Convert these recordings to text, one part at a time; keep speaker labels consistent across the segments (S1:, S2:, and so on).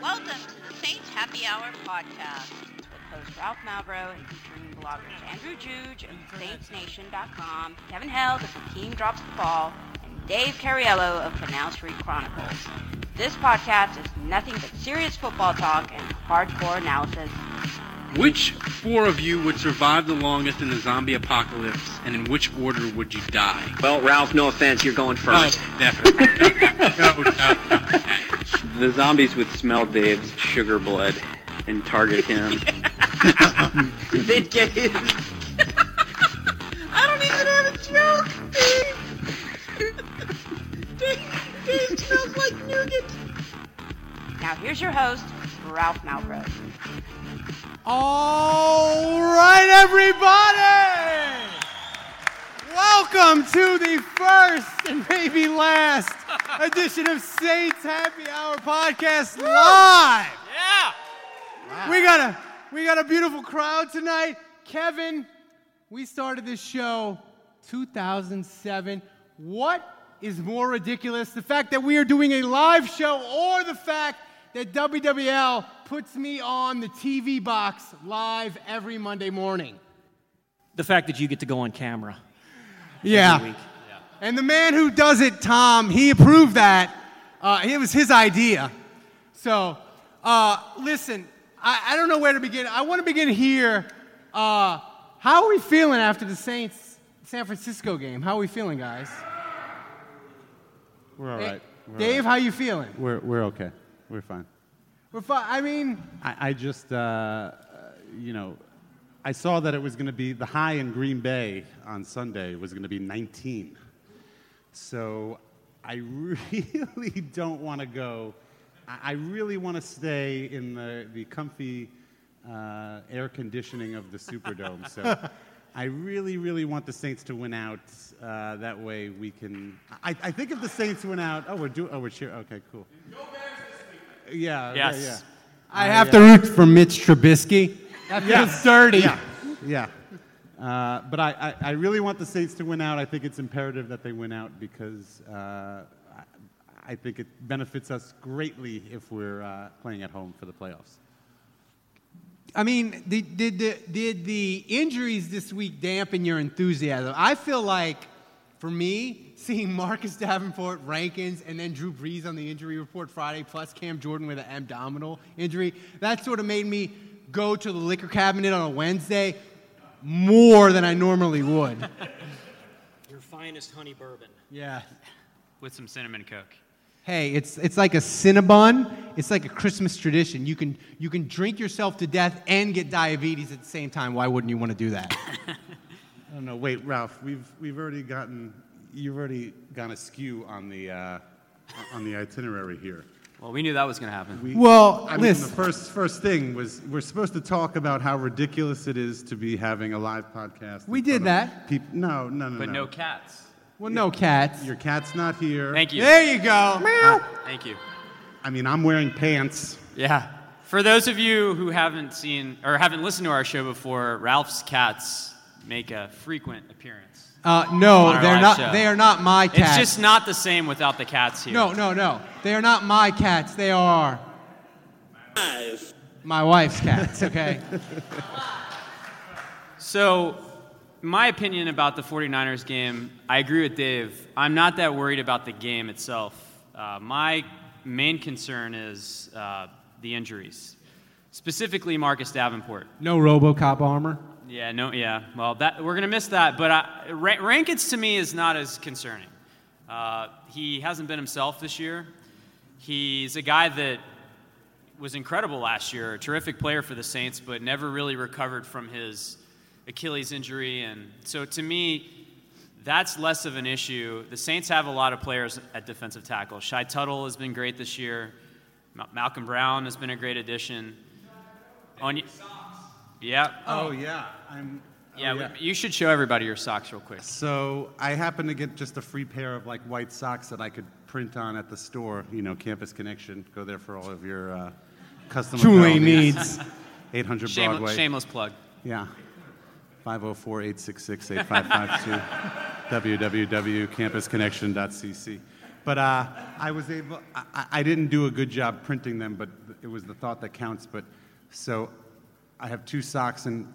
S1: Welcome to the Saint Happy Hour podcast with host Ralph Malbro and featuring bloggers Andrew Juge of SaintsNation.com, Kevin Held of The Team Drops the Ball, and Dave Carriello of Canal Street Chronicles. This podcast is nothing but serious football talk and hardcore analysis.
S2: Which four of you would survive the longest in the zombie apocalypse, and in which order would you die?
S3: Well, Ralph, no offense, you're going first.
S2: definitely. No, no, no.
S4: The zombies would smell Dave's sugar blood and target him.
S3: They'd get his.
S1: I don't even have a joke, Dave! Dave, Dave smells like nougat! Now here's your host, Ralph Malbro.
S5: All right, everybody! Welcome to the first and maybe last edition of Saints Happy Hour Podcast Live. Yeah! We got a we got a beautiful crowd tonight. Kevin, we started this show 2007. What is more ridiculous? The fact that we are doing a live show or the fact that WWL puts me on the TV box live every Monday morning?
S6: the fact that you get to go on camera.
S5: Yeah. And the man who does it, Tom, he approved that. Uh, it was his idea. So, uh, listen, I, I don't know where to begin. I want to begin here. Uh, how are we feeling after the Saints San Francisco game? How are we feeling, guys?
S7: We're all right. We're
S5: Dave,
S7: all
S5: how you feeling?
S7: right. we're we're okay. We're fine.
S5: We're fi- I mean,
S7: I, I just, uh, uh, you know, I saw that it was going to be the high in Green Bay on Sunday was going to be 19. So I really don't want to go. I, I really want to stay in the the comfy uh, air conditioning of the Superdome. So. I really, really want the Saints to win out. Uh, that way, we can. I, I think if the Saints win out, oh, we're doing. Oh, we're cheering. Okay, cool. Yeah. yeah,
S6: Yes.
S7: Uh, Yeah.
S5: I have to root for Mitch Trubisky. That feels dirty.
S7: Yeah, yeah. Uh, but I, I, I really want the Saints to win out. I think it's imperative that they win out because uh, I, I think it benefits us greatly if we're uh, playing at home for the playoffs.
S5: I mean, did, did, the, did the injuries this week dampen your enthusiasm? I feel like, for me, seeing Marcus Davenport, Rankins, and then Drew Brees on the injury report Friday, plus Cam Jordan with an abdominal injury, that sort of made me go to the liquor cabinet on a Wednesday more than I normally would.
S6: Your finest honey bourbon.
S5: yeah.
S8: with some cinnamon coke.
S5: Hey, it's, it's like a Cinnabon. It's like a Christmas tradition. You can, you can drink yourself to death and get diabetes at the same time. Why wouldn't you want to do that?
S7: I don't know. Wait, Ralph, we've, we've already gotten, you've already gone askew on the, uh, on the itinerary here.
S8: Well, we knew that was going to happen.
S7: We-
S5: Well,
S7: I mean,
S5: listen.
S7: the first first thing was we're supposed to talk about how ridiculous it is to be having a live podcast. in
S5: We did
S7: front of
S5: that.
S7: peop- no, no, no,
S8: but
S7: no.
S8: no cats.
S5: Well, no cats.
S7: Your cat's not here.
S8: Thank you.
S5: There you go.
S8: Thank you.
S7: I mean, I'm wearing pants.
S8: Yeah. For those of you who haven't seen or haven't listened to our show before, Ralph's cats make a frequent appearance.
S5: Uh, no,
S8: On our
S5: they're
S8: live
S5: not.
S8: show.
S5: They are not my cats.
S8: It's just not the same without the cats here.
S5: no, no, no. They are not my cats. They are my wife's cats. Okay.
S8: So, my opinion about the 49ers game, I agree with Dave. I'm not that worried about the game itself. Uh, my main concern is uh, the injuries, specifically Marcus Davenport.
S5: no RoboCop armor.
S8: Yeah, no, yeah. Well, that we're gonna miss that, but I, Ra- Rankins to me is not as concerning. Uh, he hasn't been himself this year. He's a guy that was incredible last year, a terrific player for the Saints, but never really recovered from his Achilles injury, and so to me, that's less of an issue. The Saints have a lot of players at defensive tackle. Shy Tuttle has been great this year. Ma- Malcolm Brown has been a great addition. On Yep.
S7: Oh, yeah. I'm. oh,
S8: Yeah, we- you should show everybody your socks real quick.
S7: So I happened to get just a free pair of like white socks that I could print on at the store. You know, Campus Connection. Go there for all of your uh, custom
S5: Tulane
S7: apparel
S5: needs.
S7: 800
S8: Shameless,
S7: Broadway.
S8: shameless plug.
S7: Yeah. 504-866-8552. www.campusconnection.cc. But uh, I was able. I- I, I didn't do a good job printing them, but it was the thought that counts. But so I have two socks, and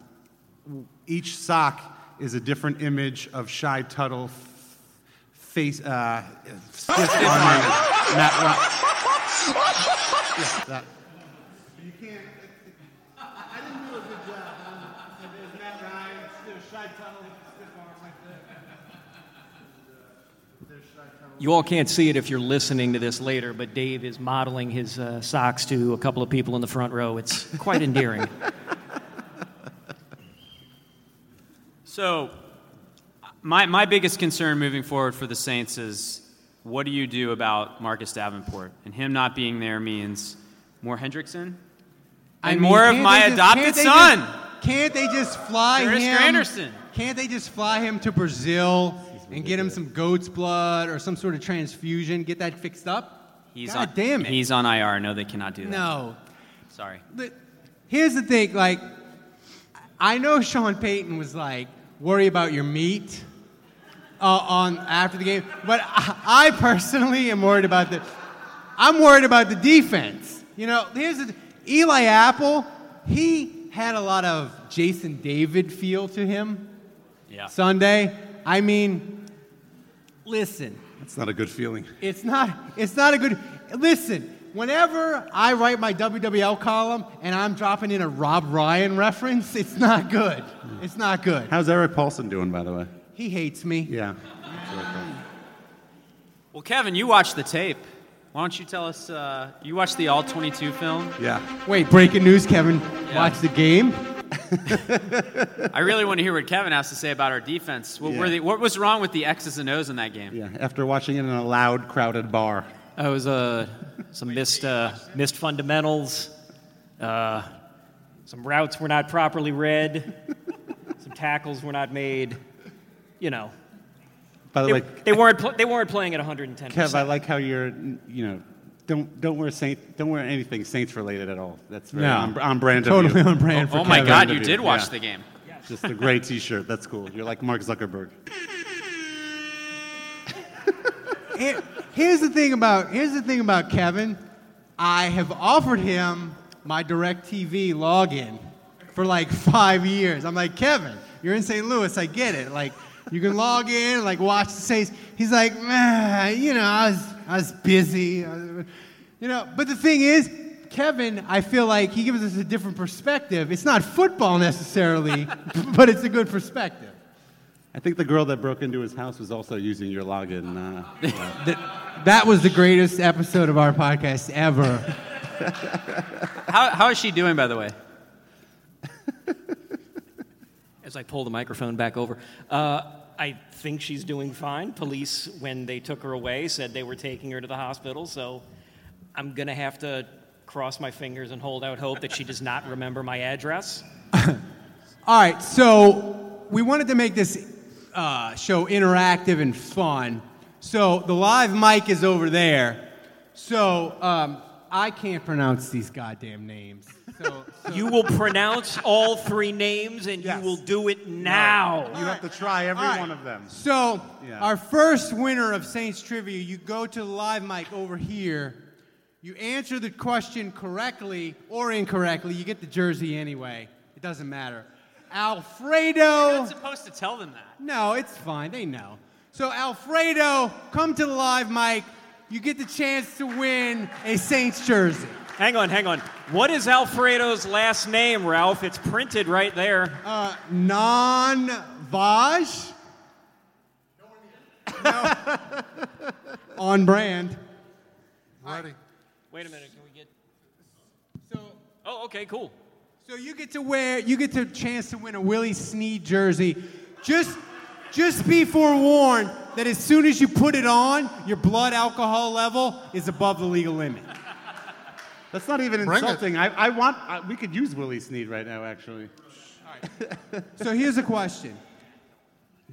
S7: each sock is a different image of Shy Tuttle f- face uh, stiff armor. Matt Ro- Yeah, that- You can't. I didn't do a good job. There's Matt Ryan, there's Shy Tuttle with the stiff arm like
S6: You all can't see it if you're listening to this later, but Dave is modeling his uh, socks to a couple of people in the front row. It's quite endearing.
S8: So, my, my biggest concern moving forward for the Saints is what do you do about Marcus Davenport? And him not being there means more Hendrickson
S5: I
S8: and
S5: mean,
S8: more of
S5: can't
S8: my
S5: they just-
S8: adopted
S5: can't they
S8: son.
S5: just- can't they just fly
S8: Chris
S5: him?
S8: Granderson.
S5: Can't they just fly him to Brazil and get him some goat's blood or some sort of transfusion? Get that fixed up?
S8: He's
S5: God
S8: on,
S5: damn it.
S8: He's on IR. No, they cannot do that.
S5: no.
S8: Sorry.
S5: The- Here's the thing, like, I know Sean Payton was like, worry about your meat uh, on after the game, but I, I personally am worried about the, I'm worried about the defense. You know, here's the, Eli Apple, he had a lot of Jason David feel to him
S8: Yeah.
S5: Sunday. I mean, listen,
S7: That's not a good feeling.
S5: it's not. It's not a good. Listen. Whenever I write my WWL column and I'm dropping in a Rob Ryan reference, it's not good. It's not good.
S7: How's Eric Paulson doing, by the way?
S5: He hates me.
S7: Yeah.
S8: Well, Kevin, you watched the tape. Why don't you tell us? Uh, you watched the All 22 film.
S7: Yeah.
S5: Wait, breaking news, Kevin. Watch the game.
S8: I really want to hear what Kevin has to say about our defense. What, were
S7: Yeah.
S8: the, what was wrong with the X's and O's in that game?
S7: Yeah. After watching it in a loud, crowded bar.
S6: That was uh, some missed, uh, missed fundamentals, uh, some routes were not properly read, some tackles were not made. You know,
S7: By the
S6: they,
S7: way,
S6: they weren't, pl- they weren't playing at 110%.
S7: Kev, I like how you're, you know, don't don't wear Saint, don't wear anything Saints related at all. That's very
S5: No.
S7: on, on brand. of you.
S5: Totally on brand for
S8: Oh my
S7: Kevin.
S8: God, you
S7: Yeah.
S8: did watch the game.
S7: Just a gray T-shirt. That's cool. You're like Mark Zuckerberg.
S5: Here- here's the thing about here's the thing about Kevin. I have offered him my DirecTV login for like five years. I'm like, Kevin, you're in St. Louis. I get it. Like, you can log in, like watch the Saints. He's like, man, you know, I was I was busy, I- you know. But the thing is. Kevin, I feel like he gives us a different perspective. It's not football necessarily, but it's a good perspective.
S7: I think the girl that broke into his house was also using your login. Uh,
S5: That was the greatest episode of our podcast ever.
S8: How, how is she doing, by the way?
S6: As I pull the microphone back over, uh, I think she's doing fine. Police, when they took her away, said they were taking her to the hospital, so I'm going to have to cross my fingers and hold out hope that she does not remember my address.
S5: All right, so we wanted to make this uh, show interactive and fun. So the live mic is over there. So um, I can't pronounce these goddamn names. So, so
S6: You will pronounce all three names and
S5: Yes.
S6: you will do it now.
S7: you have to try every
S5: All right.
S7: one of them.
S5: So
S7: Yeah.
S5: our first winner of Saints trivia, you go to the live mic over here. You answer the question correctly or incorrectly, you get the jersey anyway. It doesn't matter.
S8: You're
S5: Alfredo.
S8: not supposed to tell them that.
S5: No, it's fine. They know. So, Alfredo, come to the live mic. You get the chance to win a Saints jersey.
S6: Hang on, hang on. What is Alfredo's last name, Ralph? It's printed right there.
S5: Uh, non Vaj? No. On brand.
S6: Wait a minute, can we get.
S5: So,
S6: Oh, okay, cool.
S5: so you get to wear, you get the chance to win a Willie Snead jersey. Just, just be forewarned that as soon as you put it on, your blood alcohol level is above the legal limit.
S7: That's not even
S9: Bring it.
S7: insulting. I, I want, I, we could use Willie Sneed right now, actually.
S5: So here's a question.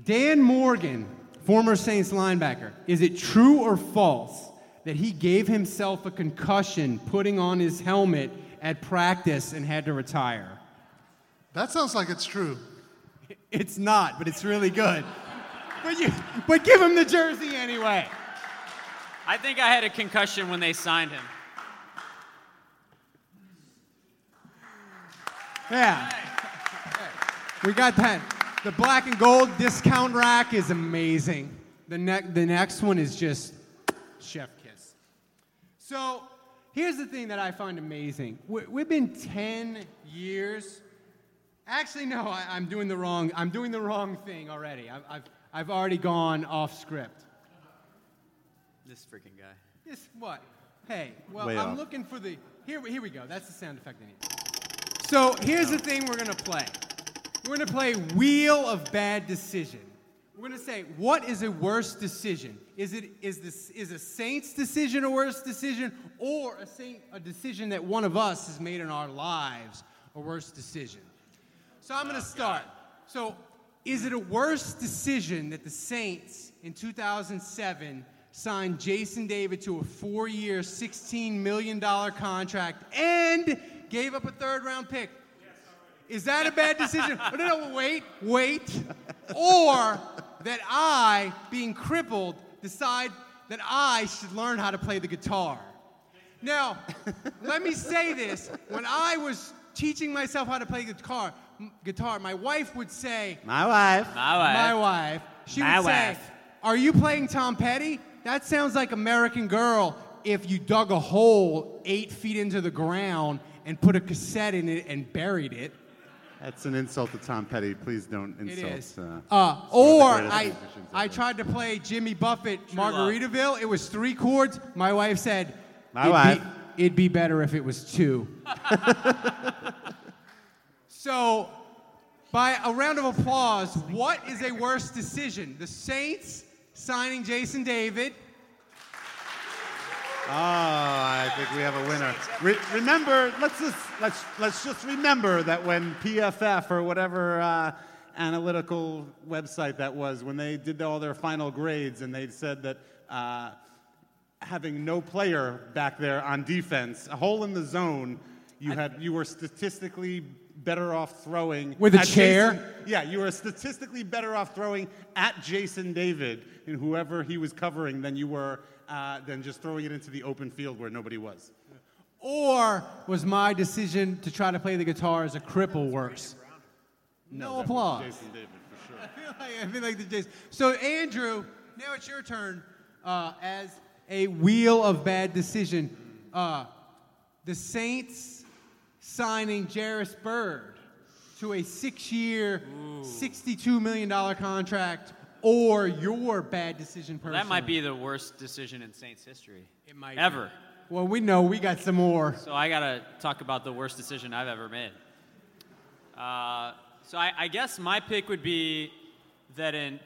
S5: Dan Morgan, former Saints linebacker, is it true or false that he gave himself a concussion putting on his helmet at practice and had to retire?
S9: That sounds like it's true.
S5: It's not, but it's really good. But you but give him the jersey anyway.
S8: I think I had a concussion when they signed him.
S5: Yeah. We got that. The black and gold discount rack is amazing. The, ne- the next one is just chef kiss. So here's the thing that I find amazing. We- we've been 10 years. Actually, no, I- I'm doing the wrong. I'm doing the wrong thing already. I've, I've, I've already gone off script.
S8: This freaking guy.
S5: This what? Hey, well,
S7: Way
S5: I'm
S7: off.
S5: looking for the. Here, we- here we go. That's the sound effect I need. So here's the thing we're gonna play. We're gonna play Wheel of Bad Decision. We're gonna say what is a worse decision? Is it is this is a Saints decision a worse decision, or a Saint a decision that one of us has made in our lives a worse decision? So I'm going to start. So, is it a worse decision that the Saints in 2007 signed Jason David to a four year, $16 million contract and gave up a third round pick? Is that a bad decision? no, no, no, wait, wait. Or that I, being crippled, decide that I should learn how to play the guitar. Now, let me say this. When I was teaching myself how to play guitar, m- guitar, my wife would say,
S7: My wife.
S8: My wife.
S5: my wife, she
S8: My
S5: would say,
S8: wife.
S5: "Are you playing Tom Petty? That sounds like American Girl if you dug a hole 8 feet into the ground and put a cassette in it and buried it."
S7: That's an insult to Tom Petty. Please don't
S5: It
S7: insult.
S5: is.
S7: Uh,
S5: Uh, or
S7: one of the
S5: I,
S7: greatest musicians
S5: I
S7: ever.
S5: tried to play Jimmy Buffett Margaritaville. It was three chords. My wife said,
S7: My
S5: it'd
S7: wife.
S5: Be, it'd be better if it was two. so, by a round of applause, what is a worse decision? The Saints signing Jason David.
S7: Oh, I think we have a winner. Re- remember, let's just let's let's just remember that when PFF or whatever uh, analytical website that was, when they did all their final grades and they said that uh, having no player back there on defense, a hole in the zone, you had you were statistically better off throwing
S5: With a
S7: at
S5: chair?
S7: Jason- yeah, you were statistically better off throwing at Jason David and whoever he was covering than you were uh, than just throwing it into the open field where nobody was.
S5: Or was my decision to try to play the guitar as a cripple worse? No,
S7: that was
S5: applause.
S7: Jason David for sure.
S5: I feel like, I feel like the Jays. So, Andrew, now it's your turn uh, as a wheel of bad decision. Uh, the Saints signing Jarris Bird to a six year, $62 million contract, or your bad decision personally.
S8: That might be the worst decision in Saints history. It
S5: might
S8: ever.
S5: Well, we know we got some more.
S8: So I gotta talk about the worst decision I've ever made. Uh, so I, I guess my pick would be that in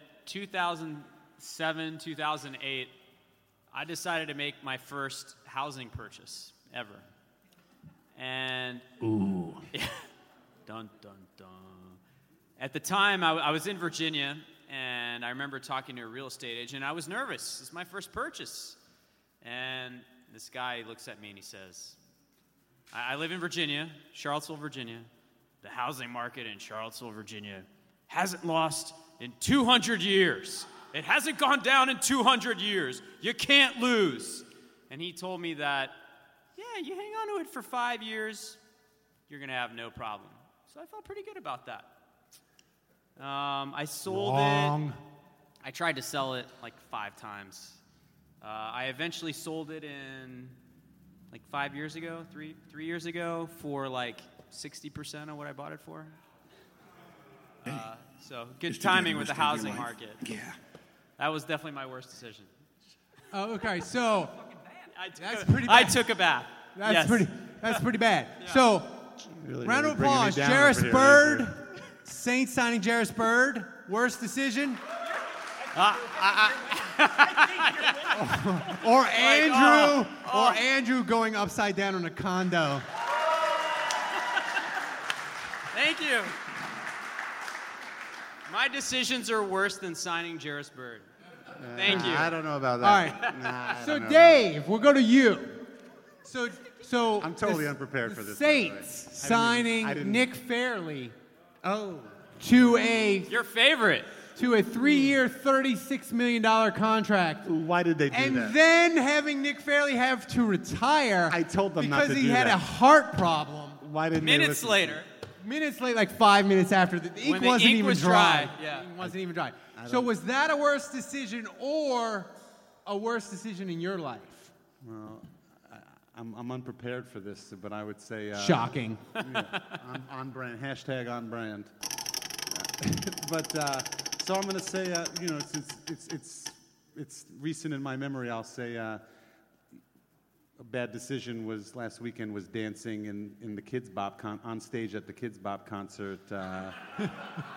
S8: 2007, 2008, I decided to make my first housing purchase ever. And dun dun dun. At the time, I, w- I was in Virginia, and I remember talking to a real estate agent. I was nervous. It's my first purchase, and this guy looks at me and he says, I, I live in Virginia, Charlottesville, Virginia. The housing market in Charlottesville, Virginia hasn't lost in 200 years. It hasn't gone down in 200 years. You can't lose. And he told me that, yeah, you hang on to it for five years, you're going to have no problem. So I felt pretty good about that. Um, I sold it. I tried to sell it like five times. Uh, I eventually sold it in like five years ago, three three years ago, for like sixty percent of what I bought it for. Uh, so good timing with the housing market. Yeah, that was definitely my worst decision.
S5: Oh, okay, so
S8: I took
S5: That's
S8: a,
S5: pretty
S8: I
S5: bad.
S8: took a bath.
S5: that's,
S8: Yes.
S5: pretty, that's pretty bad. So,
S7: Really,
S5: Round
S7: really
S5: of
S7: bringing me
S5: applause,
S7: down over
S5: Jarris
S7: here,
S5: Bird.
S7: Andrew.
S5: Saints signing Jarris Bird. Worst decision.
S8: Uh, I,
S5: Or Andrew,
S10: oh,
S5: or Andrew going upside down in a condo.
S8: Thank you. My decisions are worse than signing Jarris Bird. Thank you.
S7: Uh, I don't know about that.
S5: All right.
S7: Nah, I
S5: so
S7: don't know.
S5: Dave, we'll go to you. So, so
S7: I'm totally
S5: the-
S7: unprepared for
S5: the
S7: this, by the way.
S5: Saints
S7: I didn't even-
S5: signing
S7: I didn't-
S5: Nick Fairley. Oh. To a
S8: your favorite.
S5: To a three-year, thirty-six million dollar contract.
S7: Why did they do
S5: and
S7: that?
S5: then having Nick Fairley have to retire. I told
S7: them not
S5: because
S7: to
S5: he
S7: do
S5: had
S7: that.
S5: a heart problem.
S7: Why didn't they
S8: Minutes
S7: listen?
S8: later,
S5: Minutes late, like five minutes after the, the ink
S8: when the
S5: wasn't
S8: ink
S5: even
S8: was
S5: dry.
S8: dry. Yeah.
S5: It wasn't even dry.
S7: I
S5: So
S7: don't-
S5: was that a worse decision or a worse decision in your life?
S7: Well, I, I'm, I'm unprepared for this, but I would say. Uh,
S5: Shocking.
S7: yeah, on, on brand. Hashtag on brand. but uh, so I'm going to say, uh, you know, since it's it's it's recent in my memory, I'll say uh, a bad decision was last weekend was dancing in, in the Kids Bop con- on stage at the Kids Bop concert uh,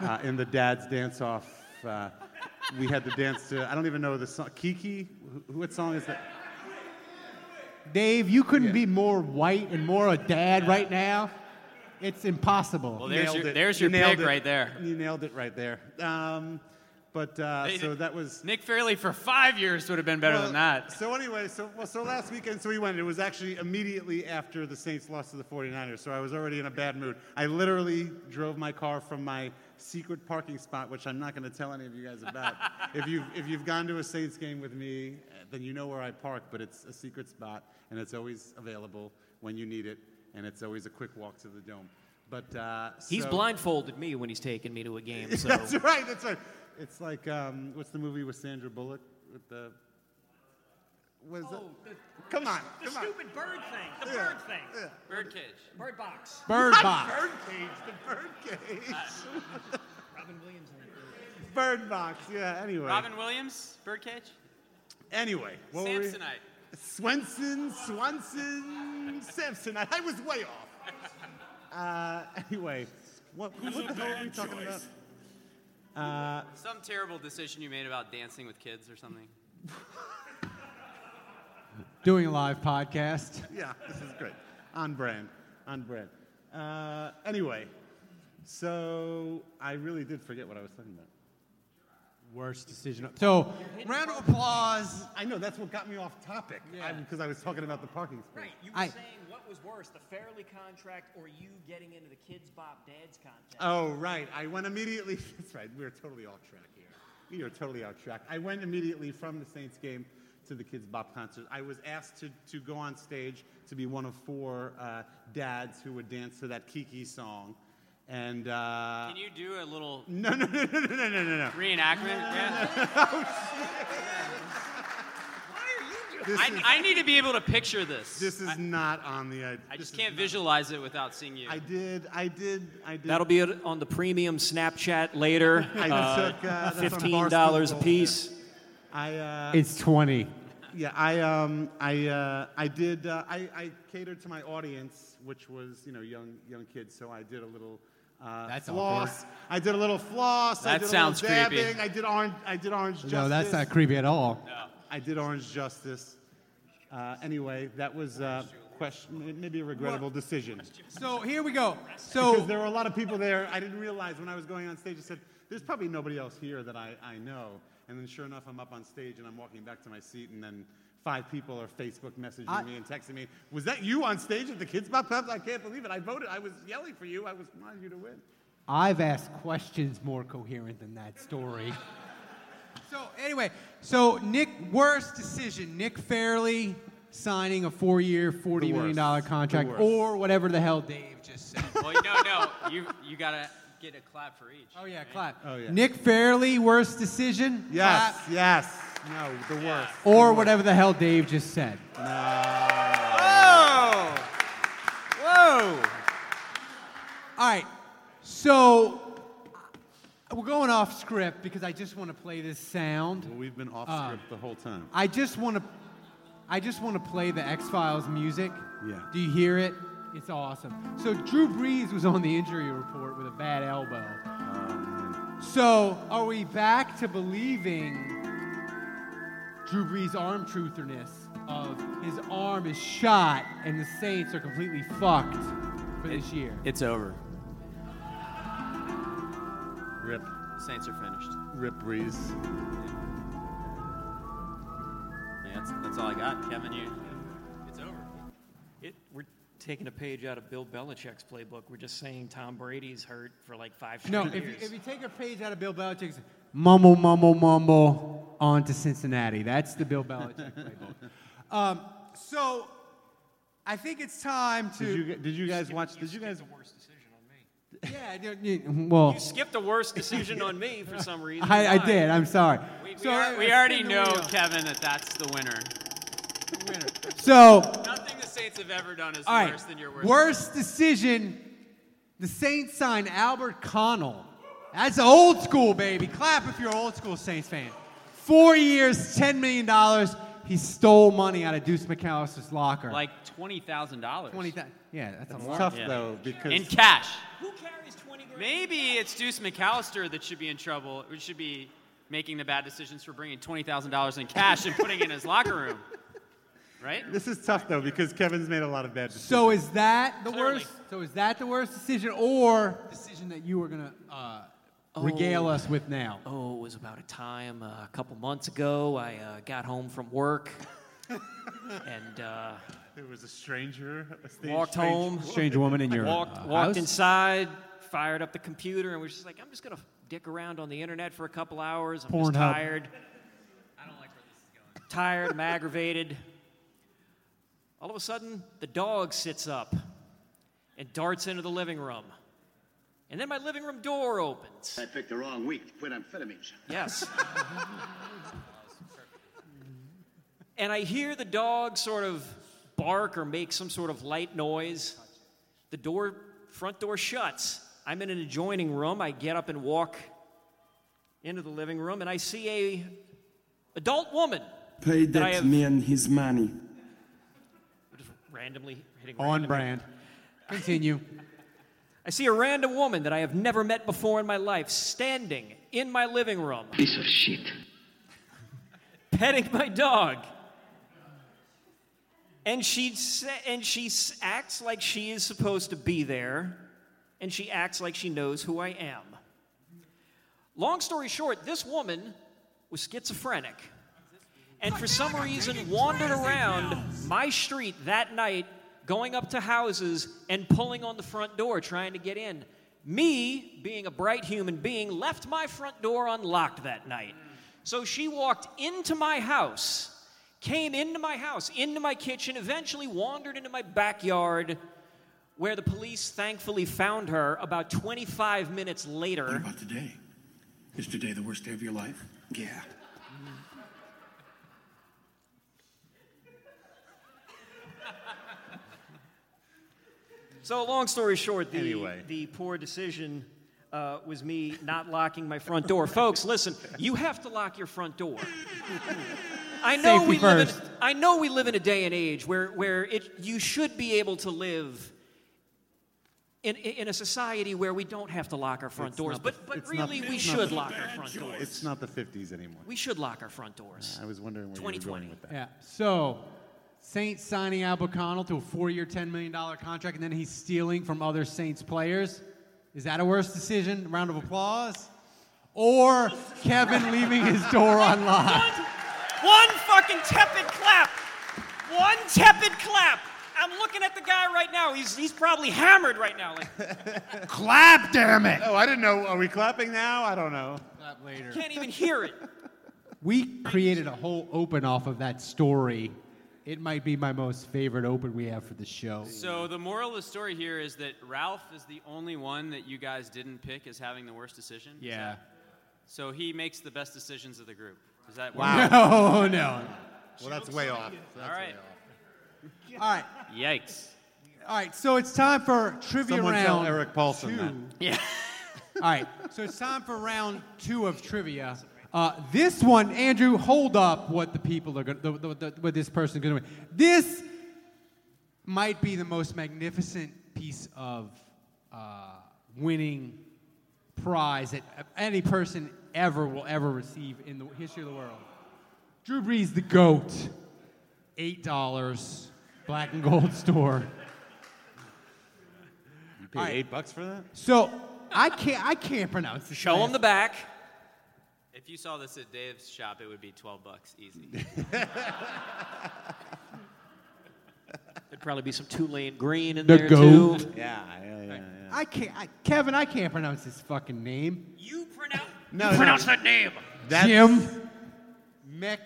S7: uh, in the Dad's Dance Off. Uh, we had to dance to I don't even know the song Kiki. Wh- what song is that?
S5: Dave, you couldn't be more white and more a dad right now. It's impossible.
S8: Well, there's
S7: Nailed
S8: your,
S7: it.
S8: there's
S7: You
S8: your
S7: nailed
S8: pick
S7: it.
S8: right there.
S7: You nailed it right there. Um, but uh,
S8: They-
S7: so that was
S8: Nick Fairley for five years would have been better than
S7: Well,
S8: that.
S7: So anyway, so well, so last weekend, so we went. It was actually immediately after the Saints lost to the 49ers, so I was already in a bad mood. I literally drove my car from my secret parking spot, which I'm not going to tell any of you guys about. if you have if you've gone to a Saints game with me, uh, then you know where I park, but it's a secret spot, and it's always available when you need it, and it's always a quick walk to the dome. But uh,
S6: He's
S7: so-
S6: blindfolded me when he's taking me to a game. So
S7: That's right. That's right. It's like um, what's the movie with Sandra Bullock with the what is that? Come on, come on.
S10: Oh, stupid bird thing. The
S7: Yeah,
S10: bird thing.
S8: Birdcage.
S10: Bird box.
S5: Bird Box.
S7: Bird cage, the bird cage.
S10: Robin Williams. in it.
S7: bird box, yeah, anyway.
S8: Robin Williams, Birdcage,
S7: Anyway, what were we-
S8: Samsonite.
S7: Swenson, Swanson, Samsonite. I was way off. Uh, anyway, what, what the hell are we talking about? Uh,
S8: Some terrible decision you made about dancing with kids or something.
S5: Doing a live podcast.
S7: yeah, this is great. On brand, on brand. Uh, anyway, so I really did forget what I was talking about.
S5: Worst decision. of- So round of applause.
S7: I know that's what got me off topic because I, was talking about the parking space.
S10: Right. You were
S5: I-
S10: saying what was worse, the Fairley contract or you getting into the Kids Bop Dads contest?
S7: Oh, right. I went immediately. That's right. We're totally off track here. We are totally off track. I went immediately from the Saints game to the Kids Bop concert. I was asked to, to go on stage to be one of four uh, dads who would dance to that Kiki song. And uh,
S8: Can you do a little
S7: no, no, no, no, no, no, no, no, no.
S8: reenactment? Yeah.
S7: This is,
S8: I, I need to be able to picture this.
S7: this is not on the.
S8: I
S7: this
S8: just
S7: is
S8: can't
S7: not-
S8: visualize it without seeing you.
S7: I did. I did. I did.
S6: that'll be it on the premium Snapchat later.
S7: I
S6: Uh,
S7: took, uh, that's on
S6: Fifteen dollars a
S7: Barstool.
S6: piece.
S7: I. Uh,
S5: It's 20.
S7: Yeah, I um, I uh, I did uh, I, I catered to my audience, which was you know young young kids. So I did a little uh,
S5: That's
S7: floss. I did a little floss. I
S8: That
S7: did a
S8: sounds
S7: little
S8: creepy.
S7: dabbing. I did orange. I did orange justice.
S5: No, that's not creepy at all.
S7: I did orange justice. Uh, anyway, that was uh, question maybe a regrettable decision
S5: So here we go.
S7: because
S5: So
S7: there were a lot of people there. I didn't realize when I was going on stage. I said, "There's probably nobody else here that I, I know." And then, sure enough, I'm up on stage and I'm walking back to my seat, and then five people are Facebook messaging
S5: I-
S7: me and texting me, "Was that you on stage at the Kids Bop Club? I can't believe it! I voted. I was yelling for you. I was wanted you to win."
S5: I've asked questions more coherent than that story. so anyway, so Nick, worst decision, Nick Fairley signing a four-year, forty million dollar
S7: worst. The
S5: contract,
S7: worst.
S5: or whatever the hell Dave just said.
S8: well, no, no. You you gotta get a clap for each.
S5: Oh yeah, clap.
S7: Oh, yeah.
S5: Nick Fairley, worst decision.
S7: Yes,
S5: clap,
S7: yes. No, the worst.
S5: or whatever the hell Dave just said.
S8: Whoa! Whoa!
S5: All right. So uh, we're going off script because I just want to play this sound.
S7: Well, we've been off
S5: Uh,
S7: script the whole time.
S5: I just want to I just want to play the X-Files music.
S7: Yeah.
S5: Do you hear it? It's awesome. So Drew Brees was on the injury report with a bad elbow. So are we back to believing Drew Brees' arm trutherness of his arm is shot and the Saints are completely fucked for this year.
S8: It's over.
S7: Rip.
S8: Saints are finished.
S7: Rip Breeze.
S8: Yeah, that's, that's all I got. Kevin, you. It's over.
S6: It, we're taking a page out of Bill Belichick's playbook. We're just saying Tom Brady's hurt for like five
S5: No, if
S6: straight
S5: you,
S6: years.
S5: if you take a page out of Bill Belichick's
S11: Mumble, mumble, mumble on to Cincinnati. That's the Bill Belichick playbook.
S5: Um, so I think it's time to.
S7: Did you, did you guys watch? Did you guys?
S5: yeah, you- you- well,
S6: you skipped a worse decision on me for some reason.
S5: I, I
S6: Why?
S5: did. I'm sorry.
S8: We, we
S5: So,
S8: are-
S5: I-
S8: we
S5: I
S8: already
S5: spin the
S8: know,
S5: wheel.
S8: Kevin, that that's the winner.
S5: So-
S8: Nothing the Saints have ever done is
S5: All right.
S8: worse than your worst.
S5: Worst decision. The Saints sign Albert Connell. That's old school, baby. Clap if you're an old school Saints fan. Four years, ten million dollars. He stole money out of Deuce McAllister's locker.
S8: Like twenty thousand dollars. Twenty
S5: thousand. Yeah, that's,
S7: That's
S5: a lot.
S7: tough, though, because-
S8: in cash. Who carries twenty? Maybe it's Deuce McAllister that should be in trouble. We should be making the bad decisions for bringing twenty thousand dollars in cash and putting it in his locker room. Right?
S7: This is tough though because Kevin's made a lot of bad decisions.
S5: So is that the worst? So is that the worst decision, or decision that you were gonna uh, regale
S6: Oh.
S5: us with now?
S6: Oh, it was about a time uh, a couple months ago. I uh, got home from work and uh,
S7: there was a stranger. a
S6: walked
S7: strange
S6: home.
S5: Strange woman in your,
S6: walked,
S5: uh,
S6: walked
S5: house?
S6: inside, fired up the computer, and was just like, I'm just gonna dick around on the internet for a couple hours. I'm
S5: Pornhub.
S6: just tired. Tired, I'm aggravated. All of a sudden, the dog sits up and darts into the living room. And then my living room door opens.
S12: I picked the wrong week to quit amphetamines.
S6: Yes. and I hear the dog sort of bark or make some sort of light noise. The door, front door shuts. I'm in an adjoining room. I get up and walk into the living room, and I see a adult woman
S13: Pay
S6: that I
S13: that
S6: have
S13: man his money.
S6: randomly hitting
S5: on
S6: random-
S5: brand. Continue.
S6: I see a random woman that I have never met before in my life standing in my living room. Piece of shit. Petting my dog. And she sa- and she s- acts like she is supposed to be there, and she acts like she knows who I am. Long story short, this woman was schizophrenic, and for some reason wandered around my street that night, going up to houses and pulling on the front door trying to get in. Me, being a bright human being, left my front door unlocked that night. So she walked into my house, came into my house, into my kitchen, eventually wandered into my backyard, where the police thankfully found her about 25 minutes later. What about
S12: today? Is today the worst day of your life? Yeah.
S6: So, long story short, the,
S7: Anyway.
S6: the poor decision uh, was me not locking my front door. Folks, listen, you have to lock your front door. I know
S5: Safety
S6: we live
S5: first.
S6: in, I know we live in a day and age where, where it, you should be able to live in, in a society where we don't have to lock our front
S7: It's
S6: doors,
S7: not the-
S6: but, but
S7: it's not-
S6: really we
S7: it's not
S6: should
S7: the-
S6: lock our front doors.
S7: It's not the 50s anymore.
S6: We should lock our front doors.
S7: I was wondering where you were going with that.
S5: Yeah. So, Saints signing Albert Connell to a four-year, ten million dollar contract, and then he's stealing from other Saints players. Is that a worse decision? Round of applause. Or Kevin leaving his door unlocked.
S6: One fucking tepid clap. One tepid clap. I'm looking at the guy right now. He's, he's probably hammered right now. Like,
S7: Clap, damn it! Oh, I didn't know. Are we clapping now? I don't know.
S5: Clap later.
S6: can't even hear it.
S5: We created a whole open off of that story. It might be my most favorite open we have for the show.
S8: So the moral of the story here is that Ralph is the only one that you guys didn't pick as having the worst decision. Is
S5: Yeah.
S8: that- So he makes the best decisions of the group. Is that
S5: Wow. No, no.
S8: Well, that's way off. All right.
S5: All right.
S8: Yikes.
S5: All right, so it's time for trivia
S7: Someone
S5: round.
S7: tell Eric Paulson
S5: two.
S7: that.
S8: Yeah.
S5: All right, so it's time for round two of trivia. Uh, this one, Andrew, hold up what the people are going, to the, the, what this person's going to win. This might be the most magnificent piece of uh, winning prize that any person ever will ever receive in the history of the world. Drew Brees, the goat. Eight dollars, black and gold store.
S7: You paid
S5: Alright.
S7: eight bucks for that?
S5: So I can't. I can't pronounce. This
S6: Show him the back.
S8: If you saw this at Dave's shop, it would be 12 bucks easy.
S6: There'd probably be some Tulane green in
S5: The
S6: there
S5: goat.
S6: too.
S7: Yeah, yeah, yeah.
S5: I can't. I, Kevin, I can't pronounce his fucking name.
S6: You pronounce.
S7: No,
S6: you
S7: no.
S6: pronounce that name.
S7: That's-
S5: Jim Mick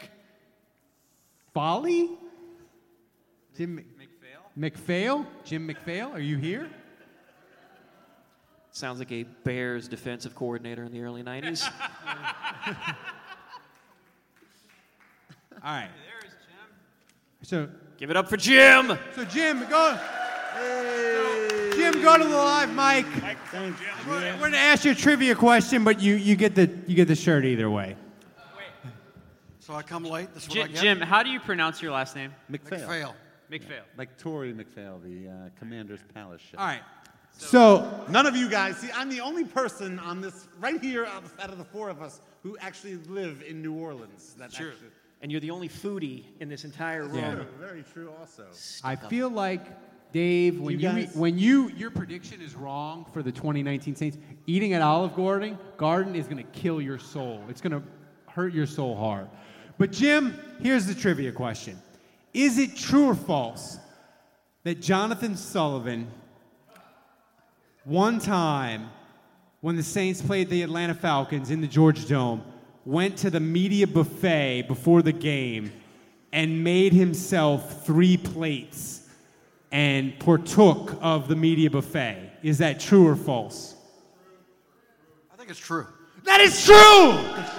S5: Folly. Jim McPhail. McPhail. Jim McPhail. Are you here?
S6: Sounds like a Bears defensive coordinator in the early '90s.
S5: All right. So
S6: give it up for Jim.
S5: So Jim, go. Jim, go to the live mic. We're gonna ask you a trivia question, but you, you get the you get the shirt either way.
S14: So I come late. That's what I
S8: Jim,
S14: get.
S8: Jim, how do you pronounce your last name?
S7: McPhail.
S14: McPhail.
S8: McPhail.
S7: Like Tory McPhail, the uh, Commander's Palace chef.
S5: All right. So
S7: None of you guys, see, I'm the only person on this, right here out of- out of the four of us, who actually live in New Orleans. That's
S6: True.
S7: Actually,
S6: And you're the only foodie in this entire room.
S5: Yeah.
S7: True, Very true, also.
S5: I feel like Dave, when
S7: You
S5: you,
S7: guys-
S5: eat- when you your prediction is wrong for the 2019 Saints, eating at Olive Garden Garden is gonna kill your soul. It's gonna hurt your soul hard. But Jim, here's the trivia question: Is it true or false that Jonathan Sullivan, one time when the Saints played the Atlanta Falcons in the George Dome, went to the media buffet before the game and made himself three plates and partook of the media buffet. Is that true or false?
S14: I think it's true.
S5: That is true!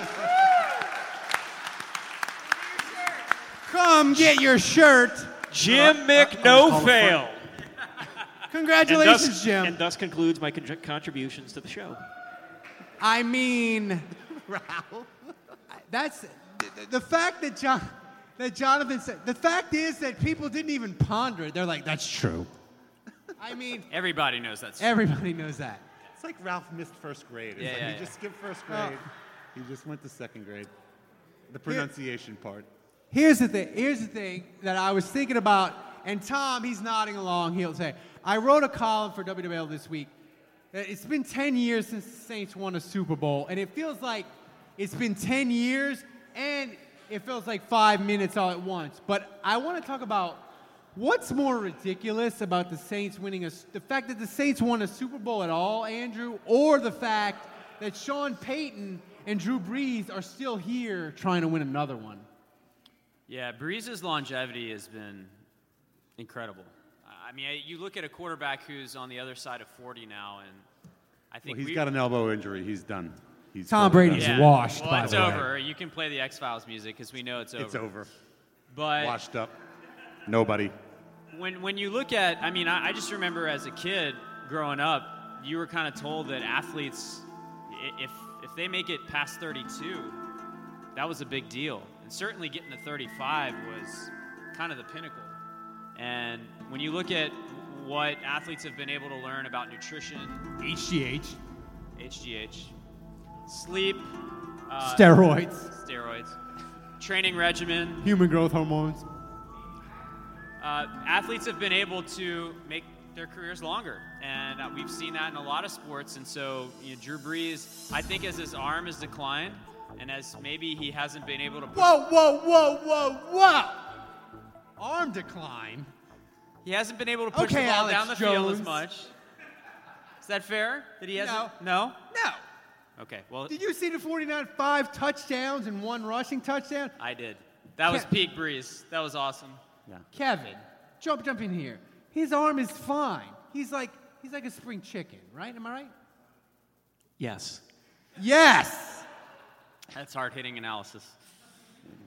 S5: Come get your shirt.
S6: Jim Mick, no fail.
S5: Congratulations,
S6: and thus,
S5: Jim.
S6: And thus concludes my con- contributions to the show.
S5: I mean, that's the, the fact that John, that Jonathan said. The fact is that people didn't even ponder it. They're like, that's true. I mean,
S8: everybody knows that's true.
S5: Everybody knows that.
S7: It's like Ralph missed first grade. It's
S8: Yeah,
S7: like
S8: yeah,
S7: he
S8: yeah.
S7: just skipped first
S5: Well-
S7: grade. he just went to second grade. The pronunciation part.
S5: Here's the thing. Here's the thing that I was thinking about, and Tom, he's nodding along. He'll say, "I wrote a column for WWL this week. Uh, It's been 10 years since the Saints won a Super Bowl, and it feels like it's been 10 years, and it feels like five minutes all at once. But I want to talk about what's more ridiculous about the Saints winning a, s- the fact that the Saints won a Super Bowl at all, Andrew, or the fact that Sean Payton and Drew Brees are still here trying to win another one."
S8: Yeah, Breeze's longevity has been incredible. I I mean, I- you look at a quarterback who's on the other side of 40 now, and I
S7: Well,
S8: think
S7: he's
S8: we-
S7: got an elbow injury. He's done. He's
S5: Tom
S7: fully
S5: Brady's
S7: done.
S8: Yeah.
S5: washed,
S8: Well,
S5: by
S8: it's
S5: the way.
S8: over. You can play the X Files music because we know it's over.
S7: It's over.
S8: But
S7: Washed up. Nobody.
S8: When when you look at, I mean, I, I just remember as a kid growing up, you were kind of told that athletes, i- if if they make it past 32, that was a big deal, and certainly getting to 35 was kind of the pinnacle. And when you look at what athletes have been able to learn about nutrition,
S5: HGH.
S8: HGH, sleep, uh,
S5: Steroids.
S8: steroids, training regimen,
S5: Human growth hormones.
S8: uh, athletes have been able to make their careers longer, and uh, we've seen that in a lot of sports. And so, you know, Drew Brees, I think, as his arm has declined, and as maybe he hasn't been able to. Push,
S5: Whoa, whoa, whoa, whoa, whoa! Arm decline.
S8: He hasn't been able to push
S5: Okay,
S8: the ball
S5: Alex
S8: down the field as
S5: Jones.
S8: much. Is that fair? That he hasn't? No.
S5: No.
S8: Okay. Well,
S5: Did you see the 49 five touchdowns and one rushing touchdown?
S8: I did. That was
S5: Ke-
S8: peak Brees. That was awesome.
S5: Kevin, jump, jump in here. His arm is fine. He's like, he's like a spring chicken, right? Am I right?
S6: Yes.
S5: Yes.
S8: That's hard hitting analysis.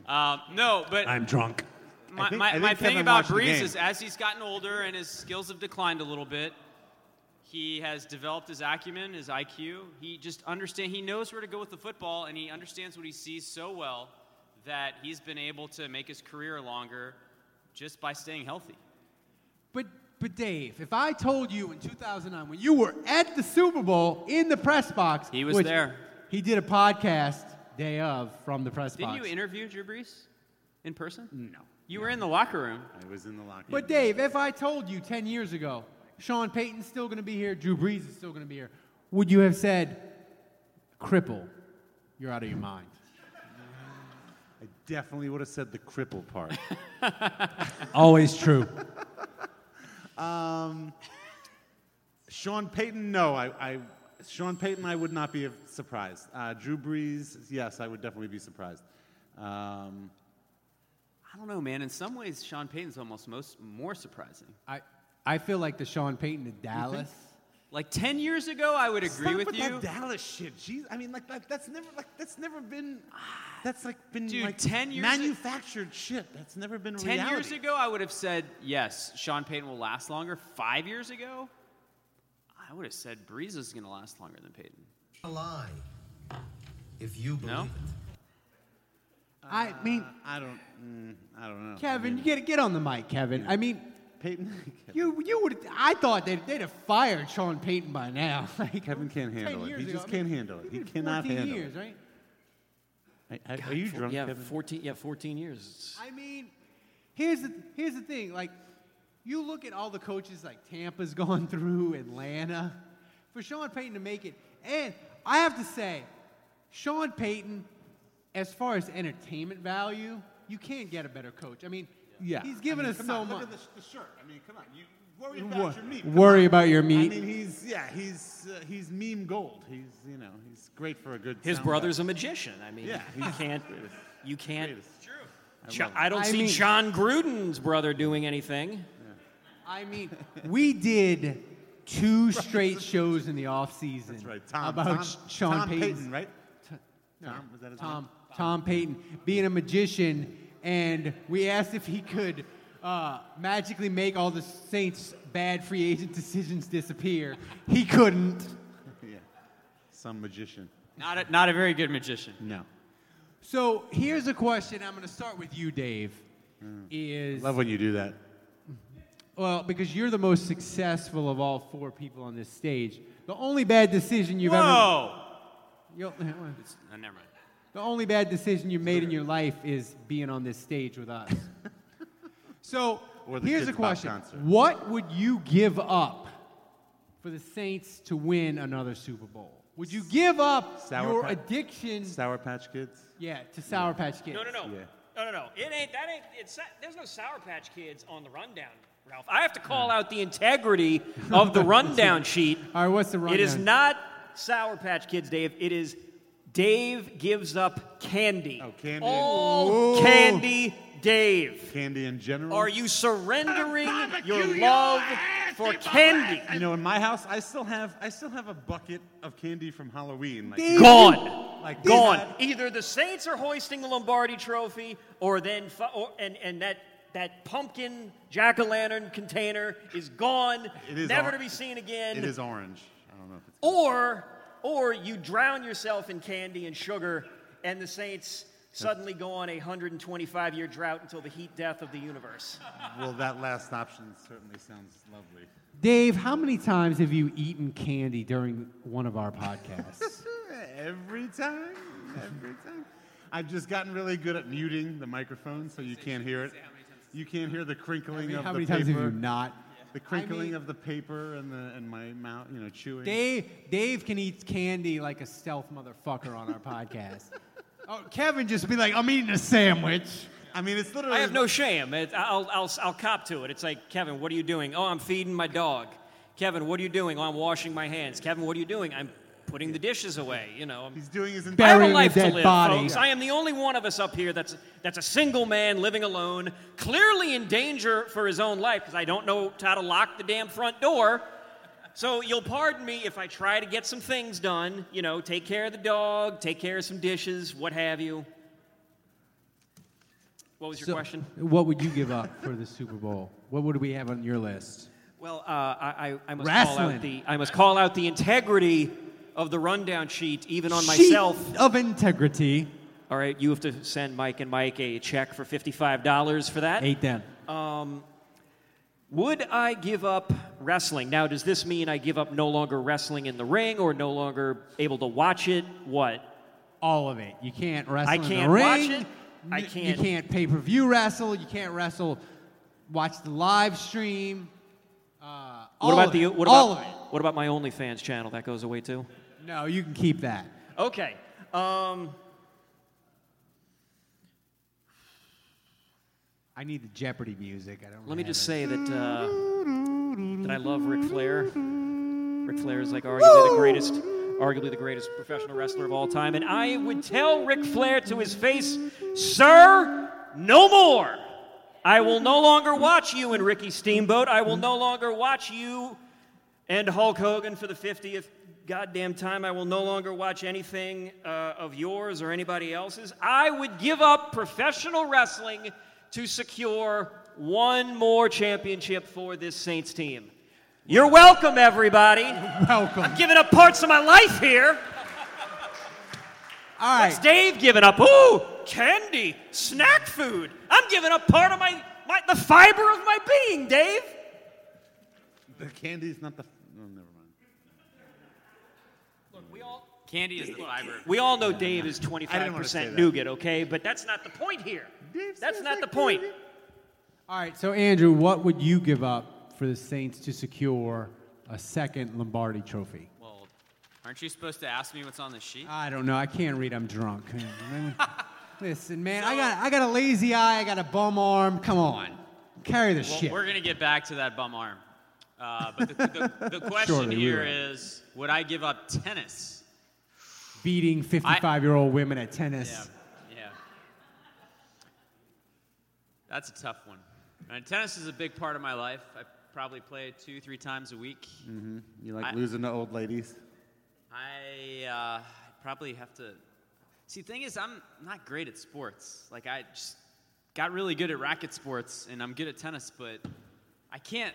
S8: Um, no, but
S7: I'm drunk.
S8: My,
S7: I think- I
S8: my,
S7: think
S8: my thing
S7: Kevin
S8: about
S7: watched the
S8: Breeze
S7: game.
S8: is as he's gotten older and his skills have declined a little bit, he has developed his acumen, his IQ. He just understand. He knows where to go with the football, and he understands what he sees so well that he's been able to make his career longer just by staying healthy.
S5: But but Dave, if I told you in 2009 when you were at the Super Bowl in the press box,
S8: He was
S5: which
S8: there.
S5: He did a podcast day of from the press
S8: Didn't
S5: box.
S8: you interview Drew Brees? in person?
S7: No.
S8: You were in the locker room.
S7: I was in the locker room.
S5: But Dave, if I told you 10 years ago, Sean Payton's still going to be here, Drew Brees is still going to be here, would you have said, cripple, you're out of your mind?
S7: I definitely would have said the cripple part.
S5: Always true.
S7: um, Sean Payton, no, I, I, Sean Payton, I would not be surprised. Uh, Drew Brees, yes, I would definitely be surprised. Um,
S8: I don't know, man. In some ways, Sean Payton's almost most more surprising.
S5: I, I feel like the Sean Payton to Dallas.
S8: Like ten years ago, I would agree
S7: Stop
S8: with, you.
S7: That Dallas shit. Jeez, I mean, like that, that's never like that's never been. That's like been
S8: Dude,
S7: like
S8: 10 years-
S7: manufactured shit. That's never been
S8: Ten
S7: reality.
S8: years ago, I would have said yes. Sean Payton will last longer. Five years ago, I would have said Breeze is going to last longer than Payton.
S13: A lie. If you believe
S8: No?
S5: I mean,
S7: Uh, I don't. Mm, I don't know.
S5: Kevin, you get, get on the mic, Kevin. I mean,
S7: Peyton,
S5: you you would. I thought they'd, they'd have fired Sean Payton by now. Like,
S7: Kevin can't handle it.
S5: years
S7: He
S5: ago,
S7: just
S5: I mean,
S7: can't handle it. He
S5: even
S7: cannot
S5: 14
S7: handle
S5: years,
S7: it.
S5: right?
S7: I- I- are you
S6: Four-
S7: drunk,
S6: yeah,
S7: Kevin?
S6: 14, yeah, 14 years.
S5: I mean, here's the here's the thing. Like, you look at all the coaches like Tampa's gone through, Atlanta, for Sean Payton to make it. And I have to say, Sean Payton, as far as entertainment value, you can't get a better coach. I mean,
S7: Yeah.
S5: he's given
S7: I mean,
S5: us
S7: come
S5: so
S7: on,
S5: much.
S7: Look at the, the shirt. I mean, come on. You worry about
S5: Wor-
S7: your meat.
S5: worry
S7: Come on.
S5: about your meat.
S7: I mean, he's yeah, he's uh, he's meme gold. He's you know he's great for a good.
S6: His
S7: soundbite.
S6: brother's a magician. I mean,
S7: Yeah.
S6: you can't. You can't. True.
S7: I
S6: I,
S7: love it.
S6: don't
S5: I
S6: see
S5: mean-
S6: John Gruden's brother doing anything.
S5: I mean, we did two straight shows in the off season. That's right,
S7: Tom,
S5: about
S7: Tom,
S5: Sh- Sean
S7: Tom
S5: Payton's-
S7: Payton, right?
S5: No,
S7: Tom, was that his
S5: Tom,
S7: name?
S5: Tom Payton being a magician, and we asked if he could uh, magically make all the Saints' bad free agent decisions disappear. He couldn't.
S7: yeah, some magician.
S8: Not a, not a very good magician.
S7: No.
S5: So here's a question. I'm going to start with you, Dave. Is
S7: Love when you do that.
S5: well because you're the most successful of all four people on this stage. The only bad decision you've
S8: Whoa!
S5: ever. You'll-
S8: It's, uh, never mind.
S5: The only bad decision you made in your life is being on this stage with us. so
S7: Or the
S5: here's a
S7: Kids Bop
S5: question:
S7: concert.
S5: What would you give up for the Saints to win another Super Bowl? Would you give up
S7: Sour
S5: your
S7: Pat-
S5: addiction?
S7: Sour Patch Kids.
S5: yeah, to Sour Patch Kids.
S6: No, no, no.
S7: Yeah.
S6: No, no, no. It ain't. That ain't. It's. not- There's no Sour Patch Kids on the rundown, Ralph. I have to call out the integrity of the rundown sheet.
S5: All right, what's the rundown?
S6: It is not Sour Patch Kids, Dave. It is Dave gives up candy. Oh,
S7: candy.
S6: All
S7: Whoa.
S6: candy, Dave.
S7: Candy in general.
S6: Are you surrendering your love for candy?
S7: You know, in my house, I still have I still have a bucket of candy from Halloween. Like,
S5: Dave,
S6: Gone.
S7: Like
S6: Gone. Either the Saints are hoisting the Lombardi Trophy, or then, fu- or, and and that that pumpkin jack o' lantern container is gone,
S7: It is
S6: never
S7: or-
S6: to be seen again.
S7: It is orange. I don't know if it's.
S6: Or, or you drown yourself in candy and sugar, and the Saints suddenly go on a 125-year drought until the heat death of the universe.
S7: Well, that last option certainly sounds lovely.
S5: Dave, how many times have you eaten candy during one of our podcasts?
S7: every time, every time. I've just gotten really good at muting the microphone so you can't hear it. You can't hear the crinkling of
S5: how
S7: the
S5: many
S7: paper.
S5: times have you not?
S7: The crinkling
S5: mean-
S7: of the paper and the and my mouth, you know, chewing.
S5: Dave, Dave can eat candy like a stealth motherfucker on our podcast. Oh, Kevin just be like, I'm eating a sandwich.
S7: I mean, it's literally.
S6: I have no shame. It, I'll, I'll, I'll cop to it. It's like, Kevin, what are you doing? Oh, I'm feeding my dog. Kevin, what are you doing? Oh, I'm washing my hands. Kevin, what are you doing? I'm putting the dishes away. You know, I'm,
S7: He's doing his
S6: I have
S7: entire.
S6: a
S5: burying a
S6: life to
S5: dead
S6: live,
S5: body.
S6: folks. I am the only one of us up here that's that's a single man living alone, clearly in danger for his own life because I don't know how to lock the damn front door. So you'll pardon me if I try to get some things done. You know, take care of the dog, take care of some dishes, what have you. What was your
S5: So,
S6: question?
S5: What would you give up for the Super Bowl? What would we have on your list?
S6: Well, uh, I, I, I must call
S5: Wrestling.
S6: out the I must call out the integrity of the rundown sheet, even on
S5: Sheet
S6: myself.
S5: of integrity.
S6: All right, you have to send Mike and Mike a check for fifty-five dollars for that.
S5: Eight then.
S6: Um, would I give up wrestling? Now, does this mean I give up no longer wrestling in the ring, or no longer able to watch it? What?
S5: All of it. You can't wrestle
S6: I
S5: in
S6: can't
S5: the
S6: watch
S5: ring.
S6: it. I
S5: n-
S6: can't-
S5: You can't pay per view wrestle. You can't wrestle. Watch the live stream. Uh, all
S6: What about
S5: of
S6: the
S5: it,
S6: what
S5: all
S6: about
S5: of
S6: what about my OnlyFans channel? That goes away too.
S5: it? No, you can keep that.
S6: Okay. Um,
S5: I need the Jeopardy music. I don't.
S6: Let me just say that uh, that I love Ric Flair. Ric Flair is like arguably the greatest, arguably the greatest professional wrestler of all time, and I would tell Ric Flair to his face, "Sir, no more. I will no longer watch you and Ricky Steamboat. I will no longer watch you and Hulk Hogan for the 50th goddamn time. I will no longer watch anything uh, of yours or anybody else's. I would give up professional wrestling to secure one more championship for this Saints team. You're welcome, everybody.
S5: Welcome.
S6: I'm giving up parts of my life here.
S5: All right.
S6: What's Dave giving up? Ooh, candy, snack food. I'm giving up part of my, my the fiber of my being, Dave.
S7: The candy's not the. No, never mind.
S8: Candy is the fiber.
S6: We all know Dave is
S7: I didn't want to say
S6: 25%
S7: that.
S6: nougat, okay? But that's not the point here. That's not the point.
S5: All right. So Andrew, what would you give up for the Saints to secure a second Lombardi Trophy?
S8: Well, aren't you supposed to ask me what's on the sheet?
S5: I don't know. I can't read. I'm drunk. Listen, man, I got I got a lazy eye. I got a bum arm. Come on, carry the
S8: Well,
S5: shit.
S8: We're gonna get back to that bum arm. Uh, but the, the, the question
S5: Surely we
S8: here
S5: will.
S8: is, would I give up tennis?
S5: Beating 55 year old women at tennis.
S8: Yeah. That's a tough one. And tennis is a big part of my life. I probably play two, three times a week.
S7: Mm-hmm. You like
S8: I-
S7: losing to old ladies?
S8: I uh, probably have to. See, the thing is, I'm not great at sports. Like, I just got really good at racket sports, and I'm good at tennis, but I can't.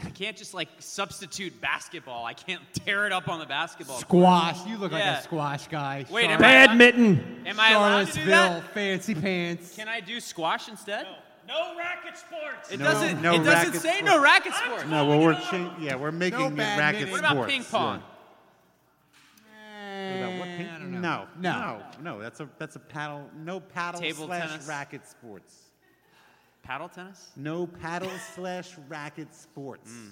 S8: I can't just like substitute basketball. I can't tear it up on the basketball. court.
S5: Squash. You look
S8: Yeah.
S5: like a squash guy.
S8: Wait, am
S5: Charlotte-
S8: I allowed- Badminton. am I allowed to do
S5: Charlottesville,
S8: that?
S5: fancy pants.
S8: Can I do squash instead?
S6: No racket sports.
S8: It
S7: No-
S8: doesn't.
S7: no
S8: it doesn't
S7: racket
S8: say
S7: sports.
S8: no racket sports.
S7: No, well, we're cha- yeah, we're making it
S8: bad
S7: racket
S8: minute.
S7: sports.
S8: What about ping pong?
S7: Yeah. What about what ping? No, no, no. That's a that's a paddle. No paddle
S8: Table
S7: slash
S8: tennis?
S7: racket sports.
S8: Paddle tennis?
S7: No paddle slash racket sports.
S8: Hmm.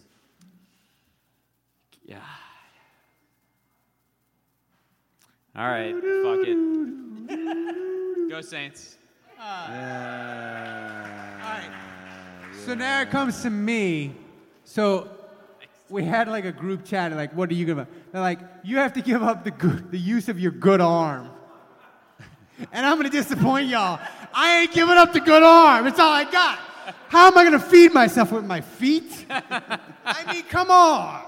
S8: Yeah. All right. Fuck it. Go Saints.
S5: So now it comes to me. So we had like a group chat, like, what are you gonna? They're like, you have to give up the good, the use of your good arm. And I'm gonna disappoint y'all. I ain't giving up the good arm. It's all I got. How am I gonna feed myself with my feet? I mean, come on.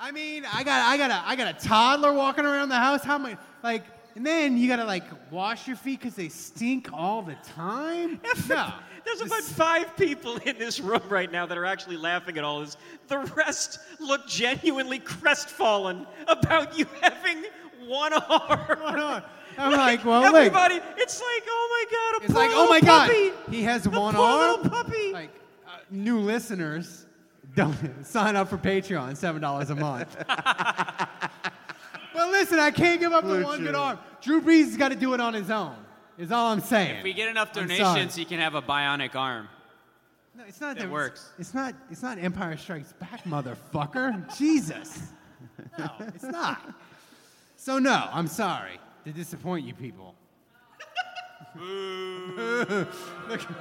S5: I mean, I got, I got, a, I got a toddler walking around the house. How am I like? And then you gotta like wash your feet because they stink all the time. No.
S6: There's about five people in this room right now that are actually laughing at all this. The rest look genuinely crestfallen about you having one arm.
S5: I'm like, well, look.
S6: everybody, it's like, oh my god, a
S5: It's
S6: poor
S5: like, oh my
S6: little puppy.
S5: god, he has one
S6: poor
S5: arm.
S6: little puppy.
S5: Like, uh, new listeners, don't sign up for Patreon, seven dollars a month. but listen, I can't give up the
S8: Blue
S5: one good
S8: chew.
S5: arm. Drew Brees has got to do it on his own. Is all I'm saying.
S8: If we get enough
S5: I'm sorry.
S8: donations, you can have a bionic arm.
S5: No, it's not.
S8: It
S5: the-
S8: works.
S5: It's not. It's not Empire Strikes Back, motherfucker. Jesus. No, it's not. So no, I'm sorry to disappoint you people.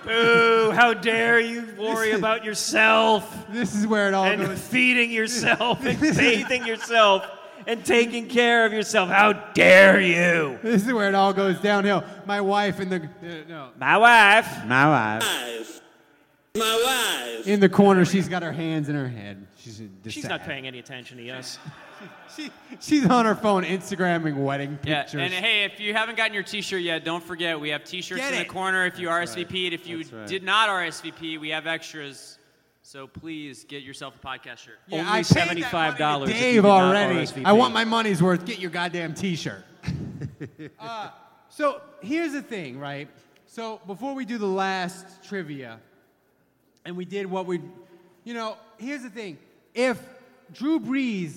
S6: Boo, how dare you worry about yourself
S5: This is where it all
S6: and
S5: goes.
S6: feeding yourself and bathing yourself and taking care of yourself. How dare you?
S5: This is where it all goes downhill. My wife in the uh, no,
S6: My wife.
S7: My wife.
S6: My wife.
S5: in the corner, she's got her hands in her head. She's in
S6: She's
S5: dissent.
S6: not paying any attention to us.
S5: She's on her phone Instagramming wedding
S8: Yeah,
S5: pictures.
S8: and hey, if you haven't gotten your T-shirt yet, don't forget we have T-shirts
S5: Get
S8: in the
S5: it.
S8: corner. If you
S5: That's
S8: RSVP'd, if you
S5: That's right.
S8: did not RSVP, we have extras. So please get yourself a podcast shirt.
S5: Yeah,
S6: Only
S5: I paid that money to
S6: $75 if you
S5: Dave
S6: did not
S5: already.
S6: RSVP.
S5: I want my money's worth. Get your goddamn T-shirt. Uh, so here's the thing, right? So before we do the last trivia, and we did what we, you know, here's the thing: if Drew Brees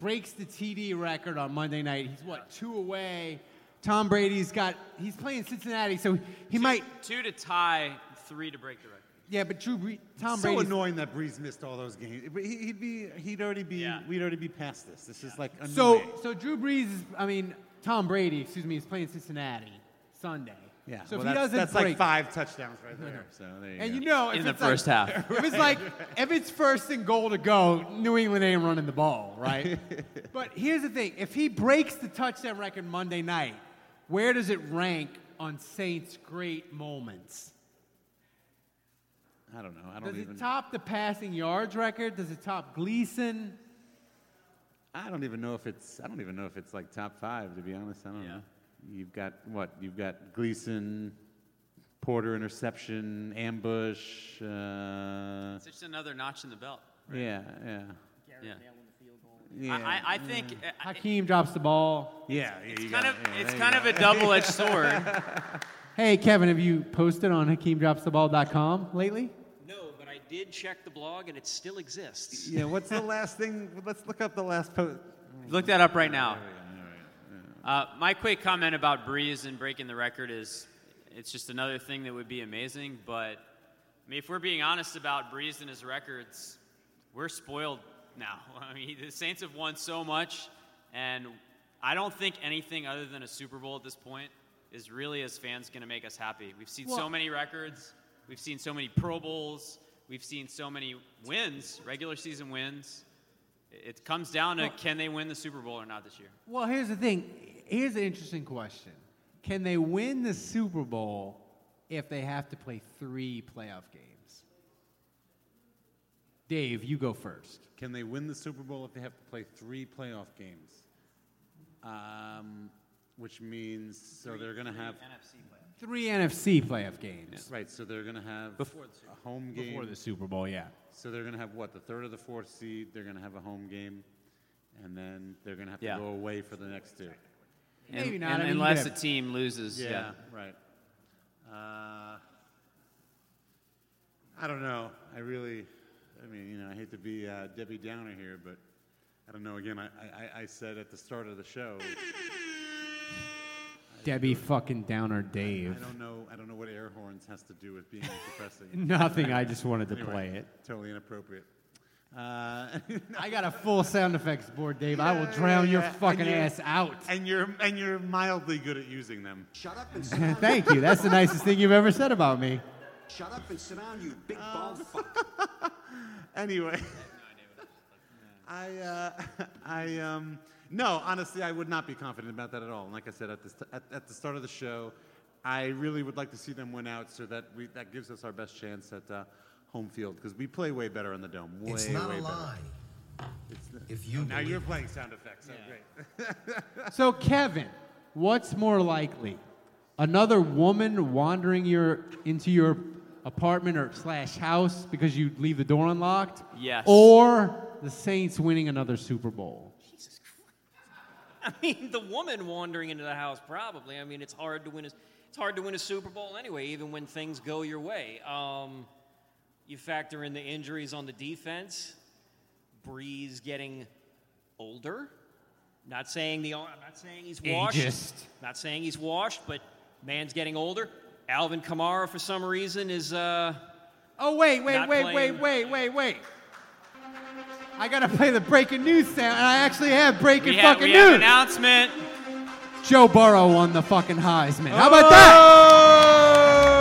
S5: breaks the TD record on Monday night, he's what two away Tom Brady's got he's playing Cincinnati, so he might.
S8: Two to tie, three to break the record.
S5: Yeah, but Drew Bre- Tom
S7: so
S5: Brady's-
S7: annoying that Breeze missed all those games. But he- He'd be, he'd already be, we'd already be past this. This is like annoying.
S5: So so Drew Brees is I mean Tom Brady, excuse me, is playing Cincinnati Sunday.
S7: yeah,
S5: So
S7: well,
S5: if he
S7: that's,
S5: doesn't
S7: that's
S5: break-
S7: like five touchdowns right there. So there you
S5: and
S7: go.
S5: you know, if it's like- if it's like if it's first and goal to go, New England ain't running the ball, right? but here's the thing: if he breaks the touchdown record Monday night, where does it rank on Saints' great moments?
S7: I don't know. I don't
S5: Does
S7: even.
S5: it top the passing yards record? Does it top Gleason?
S7: I don't even know if it's. I don't even know if it's like top five. To be honest, I don't know. You've got what? You've got Gleason, Porter interception, ambush. Uh,
S8: It's just another notch in the belt.
S7: yeah, yeah.
S8: Yeah.
S7: Yeah.
S8: I, I, I think
S5: Mm.
S8: uh,
S5: Hakeem drops the ball.
S7: Yeah, yeah, you
S8: kind
S7: got it.
S8: of-
S7: Yeah,
S8: it's
S7: there you
S8: kind
S7: go.
S8: of a double-edged sword.
S5: Hey Kevin, have you posted on HakeemDropsTheBall.com lately?
S6: No, but I did check the blog and it still exists.
S7: yeah, what's the last thing? Let's look up the last post.
S8: Look that up right now. Uh, my quick comment about Breeze and breaking the record is it's just another thing that would be amazing. But I mean, if we're being honest about Breeze and his records, we're spoiled now. I mean, the Saints have won so much, and I don't think anything other than a Super Bowl at this point is really as fans going to make us happy. We've seen so
S6: Well-
S8: many records, we've seen so many Pro Bowls, we've seen so many wins, regular season wins. It comes down to
S5: Well-
S8: can they win the Super Bowl or not this year?
S5: Well, here's the thing. Here's an interesting question. Can they win the Super Bowl if they have to play three playoff games? Dave, you go first.
S7: Can they win the Super Bowl if they have to play three playoff games? Um, which means so they they're going to have NFC playoff.
S5: Three NFC playoff games.
S7: Right, so they're going to have a home game
S5: Before the Super Bowl, yeah.
S7: So they're going to have what the third or the fourth seed. They're going to have a home game, and then they're going to have to
S8: Yeah.
S7: go away for the next two.
S5: Maybe
S8: Un-
S5: not. I
S8: un-
S5: mean, you
S8: unless
S5: could have-
S8: the team loses. Yeah.
S7: Yeah, right. Uh, I don't know. I really, I mean, you know, I hate to be uh, Debbie Downer here, but I don't know. Again, I, I, I said at the start of the show,
S5: Debbie fucking Downer Dave.
S7: I don't know. I don't know what air horns has to do with being depressing.
S5: Nothing, I just wanted to
S7: Anyway,
S5: play it.
S7: Totally inappropriate. Uh,
S5: I got a full sound effects board, Dave. I will drown your
S7: Yeah, and
S5: fucking
S7: you're-
S5: ass out.
S7: And you're and you're mildly good at using them.
S13: Shut up
S5: Thank you. That's the nicest thing you've ever said about me.
S13: Shut up and sit down, you big bald fuck.
S7: anyway. I, uh, I, um, no, honestly, I would not be confident about that at all. And like I said at the, st- at, at the start of the show, I really would like to see them win out so that we, that gives us our best chance at uh, home field because we play way better on the dome. Way,
S13: It's not
S7: way
S13: a
S7: better.
S13: lie.
S7: It's not-
S13: If you
S7: now
S13: believe
S7: you're
S13: it.
S7: playing sound effects. Oh, great.
S5: So, Kevin, what's more likely? Another woman wandering your into your apartment or slash house because you leave the door unlocked?
S8: Yes.
S5: Or the Saints winning another Super Bowl?
S6: I mean, the woman wandering into the house probably. I mean, it's hard to win a it's hard to win a Super Bowl anyway, even when things go your way. Um, you factor in the injuries on the defense, Breeze getting older. Not saying the I'm not saying he's washed.
S5: Ageist.
S6: Not saying he's washed, but man's getting older. Alvin Kamara for some reason is uh
S5: Oh wait, wait,
S6: Not
S5: wait,
S6: playing.
S5: wait, wait, wait, wait. I gotta play the breaking news sound, and I actually have breaking
S8: We, have,
S5: fucking
S8: we have an
S5: news.
S8: announcement.
S5: Joe Burrow won the fucking Heisman. How
S8: Oh!
S5: about that?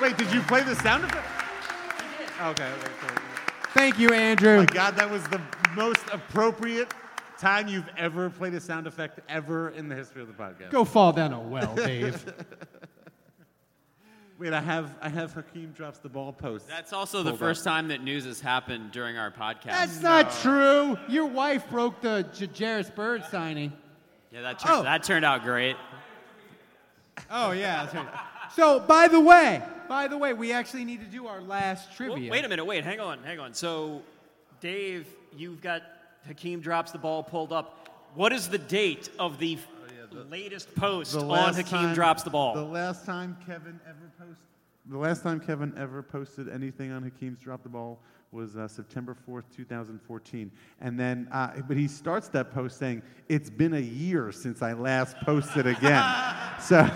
S7: Wait, did you play the sound effect? Okay. okay, cool.
S5: Thank you, Andrew.
S7: My God, that was the most appropriate time you've ever played a sound effect ever in the history of the podcast.
S5: Go fall down a well, Dave.
S7: Wait, I have I have Hakeem drops the ball post.
S8: That's also the
S7: Hold
S8: first time that news has happened during our podcast.
S5: That's not true. Your wife broke the J- Jairus Bird signing.
S8: Yeah, that, tur- that turned out great.
S5: Oh yeah, that's right. So by the way, by the way, we actually need to do our last
S6: Well,
S5: trivia.
S6: wait a minute, wait, hang on, hang on. So, Dave, you've got Hakeem drops the ball pulled up. What is the date of the, latest post on Hakeem drops the ball?
S7: The last time Kevin ever posted. The last time Kevin ever posted anything on Hakeem's drop the ball was uh, September 4th, 2014. And then, uh, but he starts that post saying, It's been a year since I last posted again. so,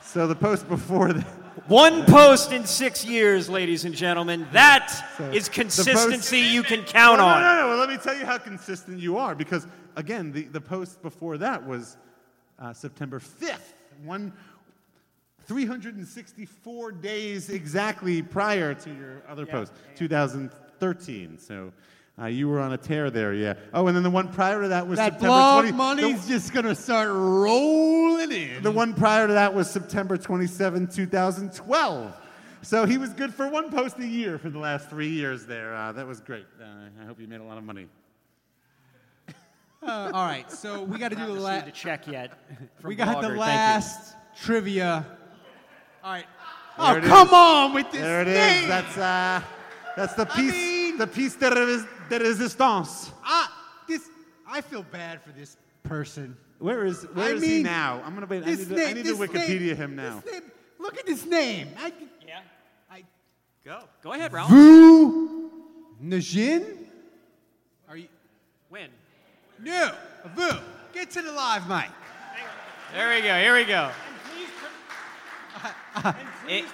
S7: so the post before that.
S6: One post in six years, ladies and gentlemen. That is consistency you can count
S7: no,
S6: on.
S7: No, no, no. Well, let me tell you how consistent you are because, again, the, the post before that was uh, September 5th, one, 364 days exactly prior to your other post, 2013. So uh, you were on a tear there, yeah. Oh, and then the one prior to that was
S5: That
S7: September
S5: blog
S7: 20 the-
S5: money's just gonna start rolling in.
S7: The one prior to that was September 27, 2012. So he was good for one post a year for the last three years there. Uh, that was great. Uh, I hope you made a lot of money.
S5: Uh, all right, so we got to do the last.
S6: a check yet.
S5: We got the last trivia. All right.
S7: There
S5: oh
S7: it
S5: come
S7: is.
S5: on with this
S7: There it is.
S5: thing.
S7: That's uh, that's the piece, the piece de, res- de resistance.
S5: I this I feel bad for this person.
S7: Where is
S5: I
S7: where is he
S5: mean,
S7: now? I'm gonna wait. I
S5: this
S7: need to, I
S5: name-
S7: need to
S5: this
S7: Wikipedia
S5: name-
S7: him now.
S5: this name- look at this name. I,
S8: Yeah. I go. Go ahead, Ralph.
S5: Vu Najin?
S8: Win.
S5: No. Vu. Get to the live mic.
S8: There we go. Here we go. It-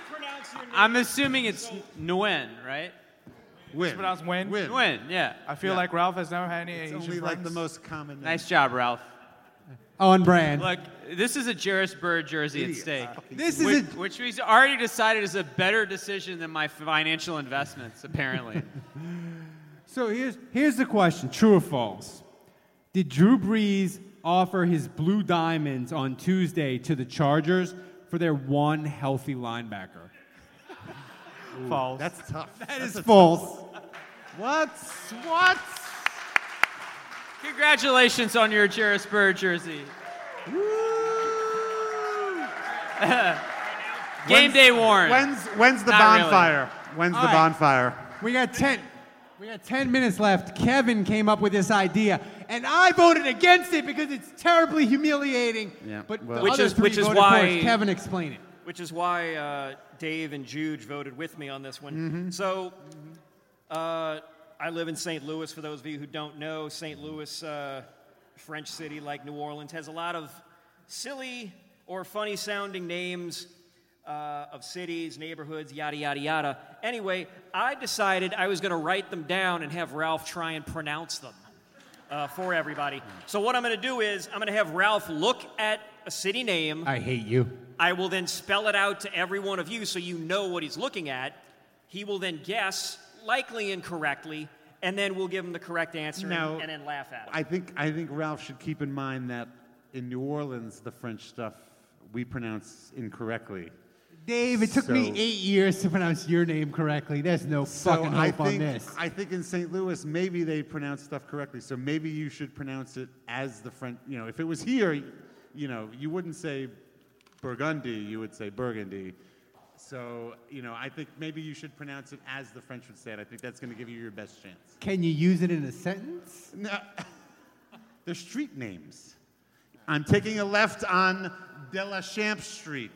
S8: I'm assuming it's Nguyen, right?
S7: Win.
S15: Pronounce Nguyen?
S8: Nguyen. yeah.
S15: I feel like Ralph has never had any Asian
S7: only like
S15: friends.
S7: the most common.
S8: Nice job, Ralph.
S5: On brand.
S8: Look, this is a Jarris Bird jersey at stake.
S5: This is
S8: which, which we've already decided is a better decision than my financial investments, apparently.
S5: So here's here's the question: True or false? Did Drew Brees offer his blue diamonds on Tuesday to the Chargers for their one healthy linebacker?
S7: Ooh,
S5: False.
S7: That's tough.
S5: That
S7: That's
S5: is
S7: a tough
S5: false.
S7: one. What? What?
S8: Congratulations on your Jarris Bird jersey. Game
S7: When's-
S8: day warrant.
S7: When's when's the
S8: Not really.
S7: bonfire? When's
S5: All
S7: the
S5: right.
S7: bonfire?
S5: We got ten. We got ten minutes left. Kevin came up with this idea, and I voted against it because it's terribly humiliating.
S7: Yeah,
S5: But
S7: well-
S5: the
S6: Which
S5: other
S6: is-
S5: three
S6: which is
S5: voted for it.
S6: why-
S5: Kevin, explain it.
S6: Which is why uh, Dave and Juge voted with me on this one. So uh, I live in St. Louis. For those of you who don't know, St. Louis, uh, French city like New Orleans, has a lot of silly or funny sounding names uh, of cities, neighborhoods, yada, yada, yada. Anyway, I decided I was going to write them down and have Ralph try and pronounce them uh, for everybody. So, what I'm going to do is, I'm going to have Ralph look at a city name.
S5: I hate you.
S6: I will then spell it out to every one of you so you know what he's looking at. He will then guess, likely incorrectly, and then we'll give him the correct answer and-
S7: No.
S6: and, then laugh at him.
S7: I think I think Ralph should keep in mind that in New Orleans the French stuff we pronounce incorrectly.
S5: Dave, it took me
S7: So-
S5: eight years to pronounce your name correctly. There's no fucking
S7: I
S5: hope
S7: think,
S5: on this.
S7: I think in St. Louis, maybe they pronounce stuff correctly. So maybe you should pronounce it as the French. You know, if it was here, you know, you wouldn't say Burgundy, you would say Burgundy. So, you know, I think maybe you should pronounce it as the French would say it. I think that's going to give you your best chance.
S5: Can you use it in a sentence?
S7: No. They're street names. I'm taking a left on De La Champ Street.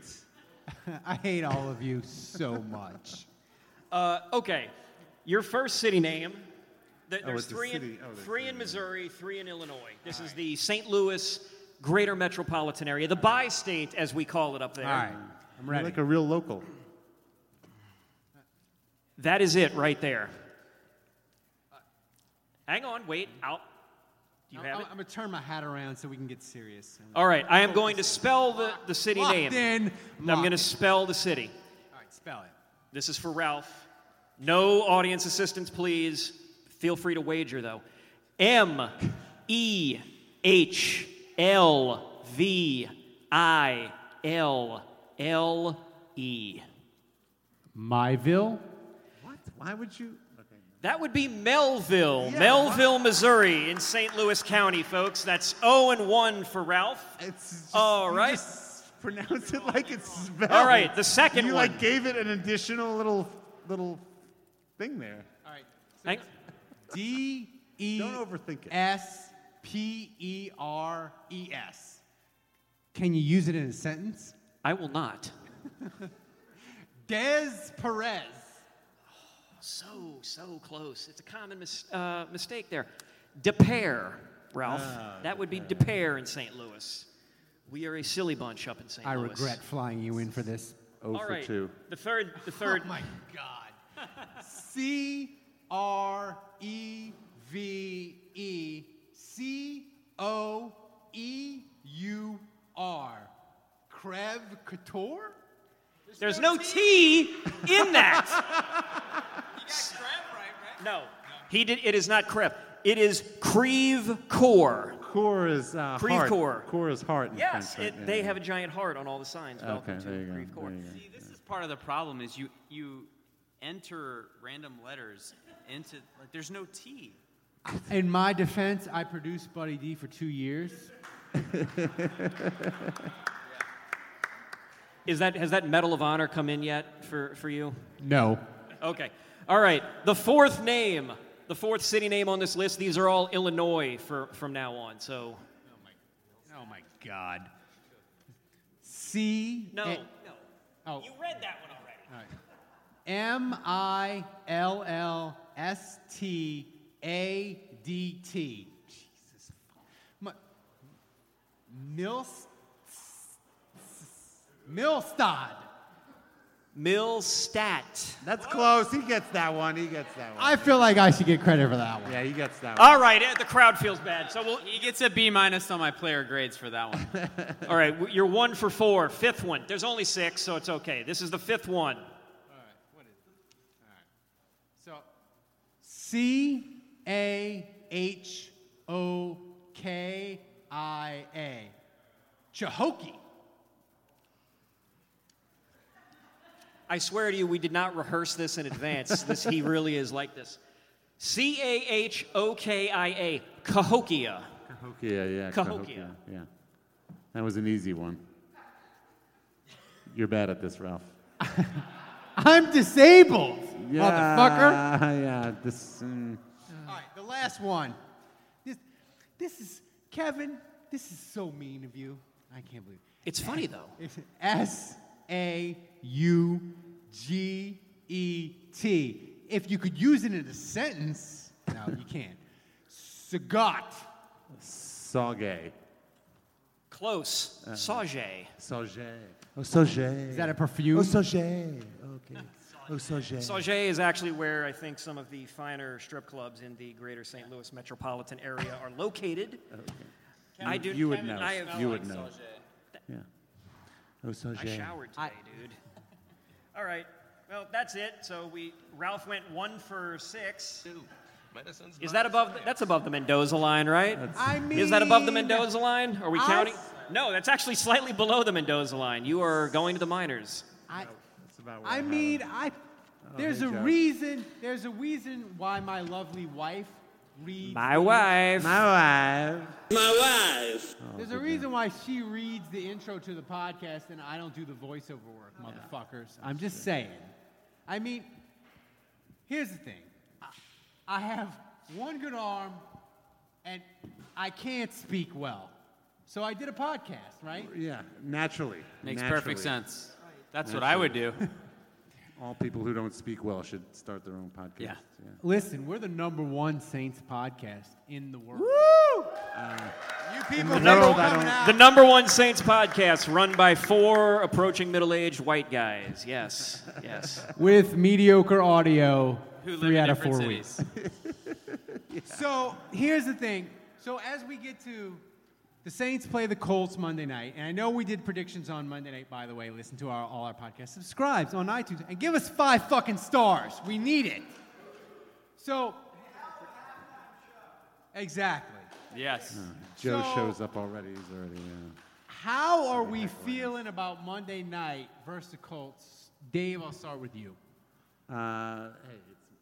S5: I hate all of you so much.
S6: Uh, okay, your first city name. Th-
S5: Oh,
S6: There's
S5: it's a
S6: three in,
S5: city. Oh, there's
S6: three in Missouri, three in Illinois. This is the St. Louis greater metropolitan area, the bi state, as we call it up there.
S7: All right, You're Like a real local.
S6: That is it right there. Uh, Hang on, wait. Out. Do you
S5: I'm,
S6: have it?
S5: going to turn my hat around so we can get serious.
S6: All right, I am going to spell the, the city
S5: Locked
S6: name.
S5: in,
S6: I'm
S5: locked
S6: going
S5: in.
S6: to spell the city.
S5: All right, spell it.
S6: This is for Ralph. No audience assistance, please. Feel free to wager, though. M E H L V I L L E.
S5: Myville?
S7: What? Why would you?
S6: That would be Melville, Melville, Missouri, in St. Louis County, folks. That's 0 and 1 for Ralph.
S7: It's just,
S6: All
S7: you
S6: right.
S7: just pronounce it like it's spelled.
S6: Oh. All right, the second
S7: you
S6: one.
S7: like gave it an additional little little thing there.
S5: All right. D E
S7: Don't overthink it.
S5: S P E R E S. Can you use it in a sentence?
S6: I will not.
S5: Des Perez.
S6: so, so close. It's a common mis- uh, mistake there. DePere, Ralph.
S5: Ah,
S6: that would be DePere in St. Louis. We are a silly bunch up in St.
S5: I
S6: Louis.
S5: regret flying you in for this.
S6: All right, The third, the third.
S5: Oh my God. C R E V E C O E U R. Crev Couture?
S6: There's no T in that. No, he did. It is not crep. It is creve core.
S7: Core is uh,
S6: Creve
S7: heart.
S6: core.
S7: Core is heart. in
S6: Yes,
S7: French,
S6: it,
S7: right? Yeah,
S6: they
S7: yeah.
S6: have a giant heart on all the signs. Welcome
S7: Okay,
S6: to
S7: there you go,
S6: creve core.
S7: there you go.
S8: This is part of the problem is you you enter random letters into like there's no T.
S5: In my defense, I produced Buddy D for two years.
S6: Is that has that Medal of Honor come in yet for for you?
S5: No.
S6: Okay. All right. The fourth name, the fourth city name on this list. These are all Illinois for, from now on. So.
S5: Oh my God. C.
S6: No.
S5: A-
S6: no.
S5: Eh. Oh.
S6: You read that one already.
S5: M I L L S T A D T. Jesus. My, Milst, Milstad.
S6: Milstat.
S7: That's close. He gets that one. He gets that one.
S5: I feel like I should get credit for that one.
S7: Yeah, he gets that one.
S6: All right. eh, The crowd feels bad. So we'll.
S8: He gets a B minus on my player grades for that one.
S6: All right. w- You're one for four. Fifth one. There's only six, so it's okay. This is the fifth one.
S5: C A H O K I A. Chahokee.
S6: I swear to you, we did not rehearse this in advance. this he really is like this. C A H O K I A. Cahokia.
S7: Cahokia, yeah.
S6: Cahokia.
S7: Yeah. That was an easy one. You're bad at this, Ralph.
S5: I'm disabled, motherfucker.
S7: Yeah, this. mm.
S5: All right, the last one. This, this is Kevin. This is so mean of you. I can't believe. It.
S6: It's funny though.
S5: S A U G E T. If you could use it in a sentence, no, you can't. Sagat.
S7: Sauge.
S6: Close.
S7: Uh,
S6: Sauge.
S7: Sauge. Oh, Sauge.
S5: Is that a perfume?
S7: Oh, Sauge. Okay. Oh, Sauge.
S6: Sauge is actually where I think some of the finer strip clubs in the greater St. Louis metropolitan area are located. I
S7: You-
S6: do.
S7: You would
S6: Kevin,
S7: know.
S6: I have-
S7: You would know. Yeah. Oh, Sauge.
S6: I showered today, dude. All right. Well, that's it. So we Ralph went one for six. Is that above? The, that's above the Mendoza line, right?
S5: I
S6: is that above the
S5: mean,
S6: Mendoza line? Are we
S5: I-
S6: counting? no, that's actually slightly below the Mendoza line. You are going to the minors.
S5: I,
S7: about
S5: I mean, I. There's
S6: Oh, hey,
S5: a
S6: Josh.
S5: reason. There's a reason why my lovely wife reads.
S6: My wife.
S7: My wife.
S5: My wife.
S7: Oh,
S5: There's a
S7: good
S5: reason why she reads the intro to the podcast and I don't do the voiceover work, motherfuckers. I'm just saying. I mean, here's the thing I, I have one good arm and I can't speak well. So I did a podcast, right?
S7: Yeah, naturally.
S8: Makes
S7: Naturally.
S8: perfect sense. That's what I would do.
S7: All people who don't speak well should start their own podcast. Yeah.
S5: Listen, we're the number one Saints podcast in the world. Um,
S11: Woo!
S5: you
S7: people
S6: The number, the number one Saints podcast run by four approaching middle aged white guys. Yes, yes.
S5: With mediocre audio, three out of four weeks. So here's the thing. So as we get to the Saints play the Colts Monday night, and I know we did predictions on Monday night. By the way, listen to our, all our podcasts, subscribe on iTunes, and give us five fucking stars. We need it. So exactly.
S8: Yes.
S6: Hmm.
S7: Joe
S5: So-
S7: shows up already. He's already. Yeah.
S5: How are we feeling about Monday night versus the Colts? Dave, I'll start with you.
S7: Uh, hey,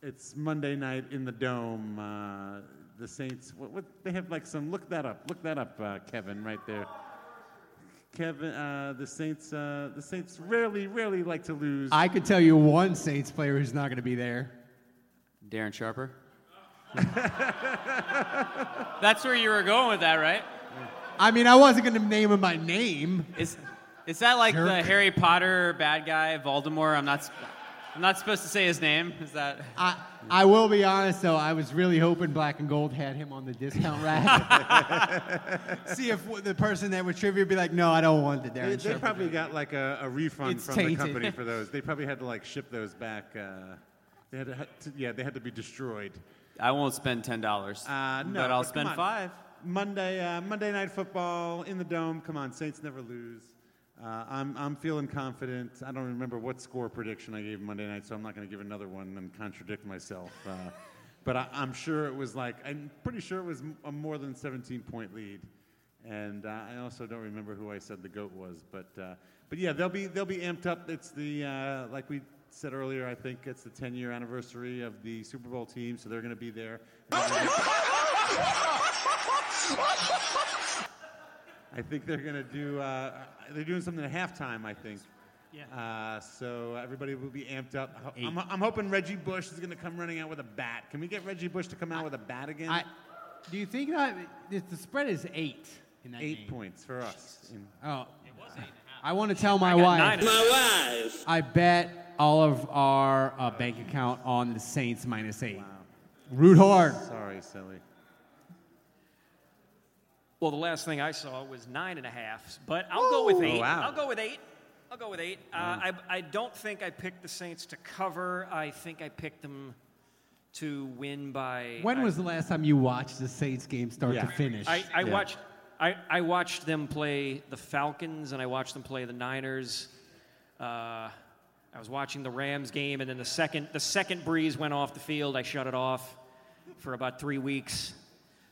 S7: it's, it's Monday night in the dome. Uh, the Saints. What, what? They have like some. Look that up. Look that up, uh, Kevin. Right there. Kevin. Uh, the Saints. Uh, the Saints rarely, rarely like to lose.
S5: I could tell you one Saints player who's not going to be there.
S8: Darren Sharper. That's where you were going with that, right?
S5: I mean, I wasn't going to name him by name.
S8: Is is that like the
S5: Jerk.
S8: Harry Potter bad guy Voldemort? I'm not. s- I'm not supposed to say his name. Is that?
S5: I, I will be honest, though, I was really hoping Black and Gold had him on the discount rack. See if w- the person that would trivia would be like, no, I don't want the Darren
S7: They, they
S5: Sharp.
S7: probably got like a, a refund
S5: It's
S7: from
S5: tainted.
S7: the company for those. They probably had to like ship those back. Uh, they had to, had to- yeah, they had to be destroyed.
S8: I won't spend ten dollars.
S7: Uh, no,
S8: but I'll
S7: come
S8: spend
S7: on.
S8: five.
S7: Monday, uh, Monday night football in the dome. Come on, Saints never lose. Uh, I'm, I'm feeling confident. I don't remember what score prediction I gave Monday night, so I'm not going to give another one and contradict myself. Uh, but I, I'm sure it was like I'm pretty sure it was m- a more than 17 point lead, and uh, I also don't remember who I said the goat was. But uh, but yeah, they'll be they'll be amped up. It's the uh, like we said earlier. I think it's the 10 year anniversary of the Super Bowl team, so they're going to be there. I think they're gonna do. Uh, they're doing something at halftime. I think.
S8: Yeah.
S7: Uh, so everybody will be amped up. I ho- I'm, I'm hoping Reggie Bush is gonna come running out with a bat. Can we get Reggie Bush to come out with a bat again?
S5: I, do you think that the the spread is eight in that
S7: Eight
S5: game?
S7: points for us. In-
S5: Oh. I want to tell my
S7: got
S5: wife.
S7: nine. My wife.
S5: I bet all of our uh, bank account on the Saints minus eight. Root hard.
S7: Sorry, silly.
S6: Well, the last thing I saw was nine and a half, but I'll go with
S8: Ooh.
S6: eight.
S8: Oh, wow.
S6: I'll go with eight. I'll go with eight. Uh, I, I don't think I picked the Saints to cover. I think I picked them to win by.
S5: When
S6: I-
S5: was the last time you watched the Saints game start to finish?
S6: I, I watched. I, I watched them play the Falcons and I watched them play the Niners. Uh, I was watching the Rams game and then the second the second breeze went off the field. I shut it off for about three weeks.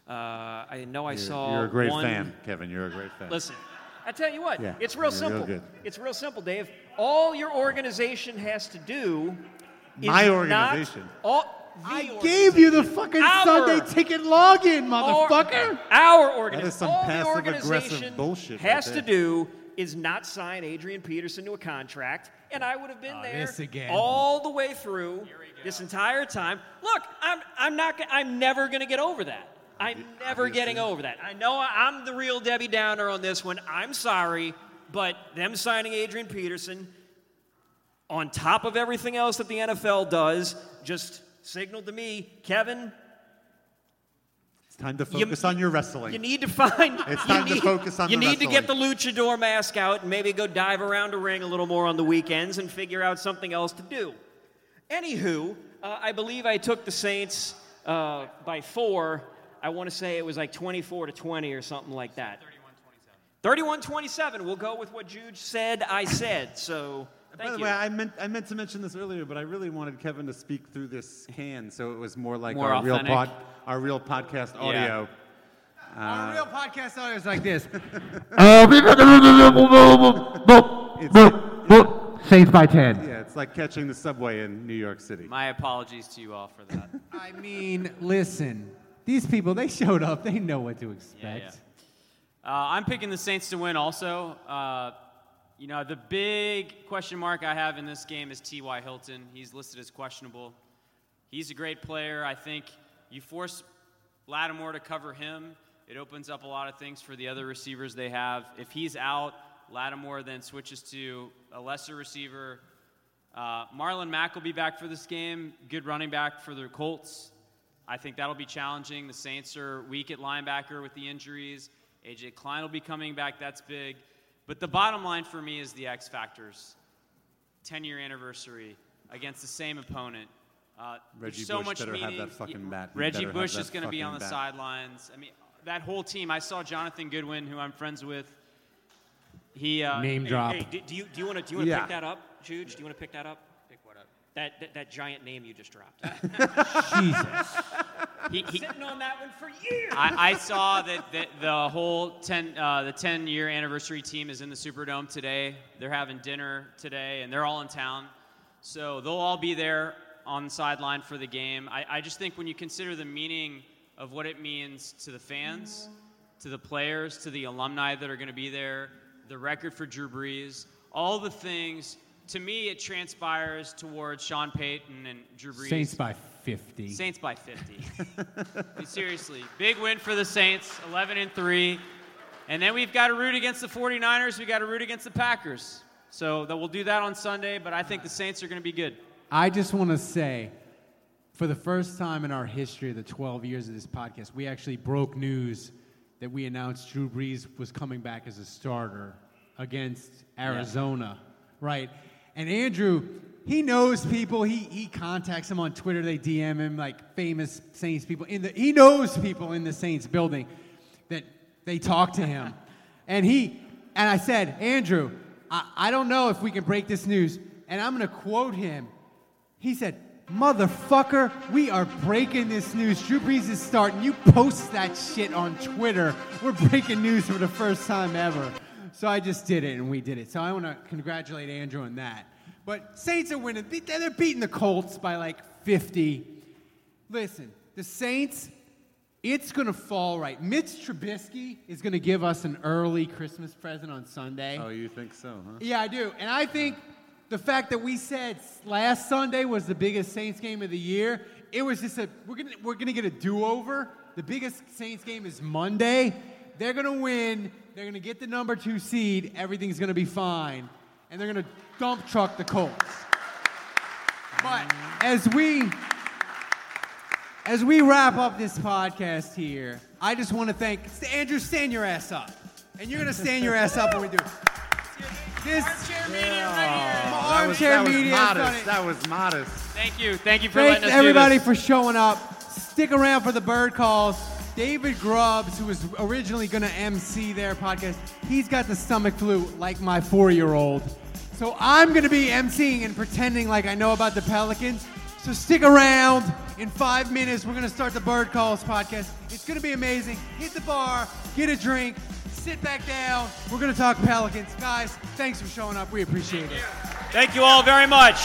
S6: Uh, I know I
S7: You're-
S6: saw.
S7: You're a great
S6: one-
S7: fan, Kevin. You're a great fan.
S6: Listen, I tell you what,
S7: Yeah,
S6: it's real
S7: you're real
S6: simple.
S7: good.
S6: it's real simple, Dave. All your organization has to do is
S7: My
S6: not-
S7: organization.
S6: all, the
S5: I gave you the fucking
S6: Our-
S5: Sunday ticket login,
S6: our-
S5: motherfucker.
S6: Our organization.
S7: That is some
S6: all the
S7: passive-aggressive
S6: organization
S7: bullshit right
S6: has
S7: there.
S6: to do is not sign Adrian Peterson to a contract, and I would have been there
S5: this again.
S6: all the way through this entire time. Look, I'm I'm not gonna- I'm never going to get over that. I'm never getting over that. I know I- I'm the real Debbie Downer on this one. I'm sorry, but them signing Adrian Peterson on top of everything else that the NFL does just signaled to me, Kevin,
S7: It's time to
S6: you-
S7: focus on your wrestling.
S6: you need to find.
S7: It's
S6: you
S7: time to
S6: need-
S7: focus on
S6: You
S7: the
S6: need to get the luchador mask out and maybe go dive around a ring a little more on the weekends and figure out something else to do. Anywho, uh, I believe I took the Saints uh, by four. I want to say it was like 24 to 20 or something like that. 31 27. We'll go with what Juge said, I said. So, thank
S7: By the
S6: you.
S7: way, I meant I meant to mention this earlier, but I really wanted Kevin to speak through this can, so it was more like
S8: More
S7: our
S8: authentic.
S7: real pod, our real podcast audio.
S5: Our real podcast audio is like this. Saints by 10.
S7: Yeah, it's like catching the subway in New York City.
S8: My apologies to you all for that.
S5: I mean, listen, these people, they showed up. They know what to expect.
S8: Uh, I'm picking the Saints to win also. Uh, you know, the big question mark I have in this game is T.Y. Hilton. He's listed as questionable. He's a great player. I think you force Lattimore to cover him, it opens up a lot of things for the other receivers they have. If he's out, Lattimore then switches to a lesser receiver. Uh, Marlon Mack will be back for this game. Good running back for the Colts. I think that'll be challenging. The Saints are weak at linebacker with the injuries. AJ Klein will be coming back. That's big. But the bottom line for me is the X factors. 10 year anniversary against the same opponent. Uh, there's
S7: Reggie
S8: so
S7: Bush
S8: much
S7: better have
S8: meaning.
S7: that fucking bat. He
S8: Reggie
S7: better have
S8: Bush
S7: that
S8: is going to be
S7: fucking
S8: on the
S7: bat.
S8: sidelines. I mean, that whole team. I saw Jonathan Goodwin, who I'm friends with. He uh,
S5: Name
S6: Hey,
S5: drop.
S6: Hey, do, do you do you want to do you want to
S8: Yeah.
S6: pick that up, Juge? Do you want to pick that up? Pick what up? That that, that giant name you just dropped.
S8: Jesus. He- he-
S6: sitting on that one for years.
S8: I, I saw that the, the whole 10 uh, the 10 year anniversary team is in the Superdome today. They're having dinner today, and they're all in town, so they'll all be there on the sideline for the game. I, I just think when you consider the meaning of what it means to the fans, to the players, to the alumni that are going to be there, the record for Drew Brees, all the things. To me, it transpires towards Sean Payton and Drew Brees.
S5: Saints by 50.
S8: Saints by 50. I mean, seriously, big win for the Saints, 11 and 3. And then we've got to root against the 49ers, we got to root against the Packers. So that we'll do that on Sunday, but I think the Saints are going to be good.
S5: I just want to say, for the first time in our history of the 12 years of this podcast, we actually broke news that we announced Drew Brees was coming back as a starter against Arizona, right? And Andrew, he knows people. He, he contacts them on Twitter. They DM him like famous Saints people. In the, he knows people in the Saints building that they talk to him. and he and I said, Andrew, I, I don't know if we can break this news. And I'm gonna quote him. He said, Motherfucker, we are breaking this news. Drew Brees is starting. You post that shit on Twitter. We're breaking news for the first time ever. So I just did it and we did it. So I wanna congratulate Andrew on that. But Saints are winning. Be- They're beating the Colts by like 50. Listen, the Saints it's going to fall right. Mitch Trubisky is going to give us an early Christmas present on Sunday.
S16: Oh, you think so, huh?
S5: Uh-huh. Yeah, I do. And I think the fact that we said last Sunday was the biggest Saints game of the year, it was just a we're going to we're going to get a do-over. The biggest Saints game is Monday. They're going to win. They're going to get the number 2 seed. Everything's going to be fine. And they're going to dump truck the Colts. But as we as we wrap up this podcast here, I just want to thank Andrew. Stand your ass up, and you're gonna stand your ass up when we do this. Armchair media,
S16: That was-
S5: armchair
S16: that was
S5: media.
S16: modest. That was modest.
S17: Thank you. Thank you for
S5: Thanks
S17: letting us
S5: everybody
S17: do this.
S5: for showing up. Stick around for the bird calls. David Grubbs, who was originally going to MC their podcast, he's got the stomach flu like my four year old. So I'm going to be MCing and pretending like I know about the Pelicans. So stick around. In five minutes, we're going to start the Bird Calls podcast. It's going to be amazing. Hit the bar, get a drink, sit back down. We're going to talk Pelicans. Guys, thanks for showing up. We appreciate it.
S17: Thank you all very much.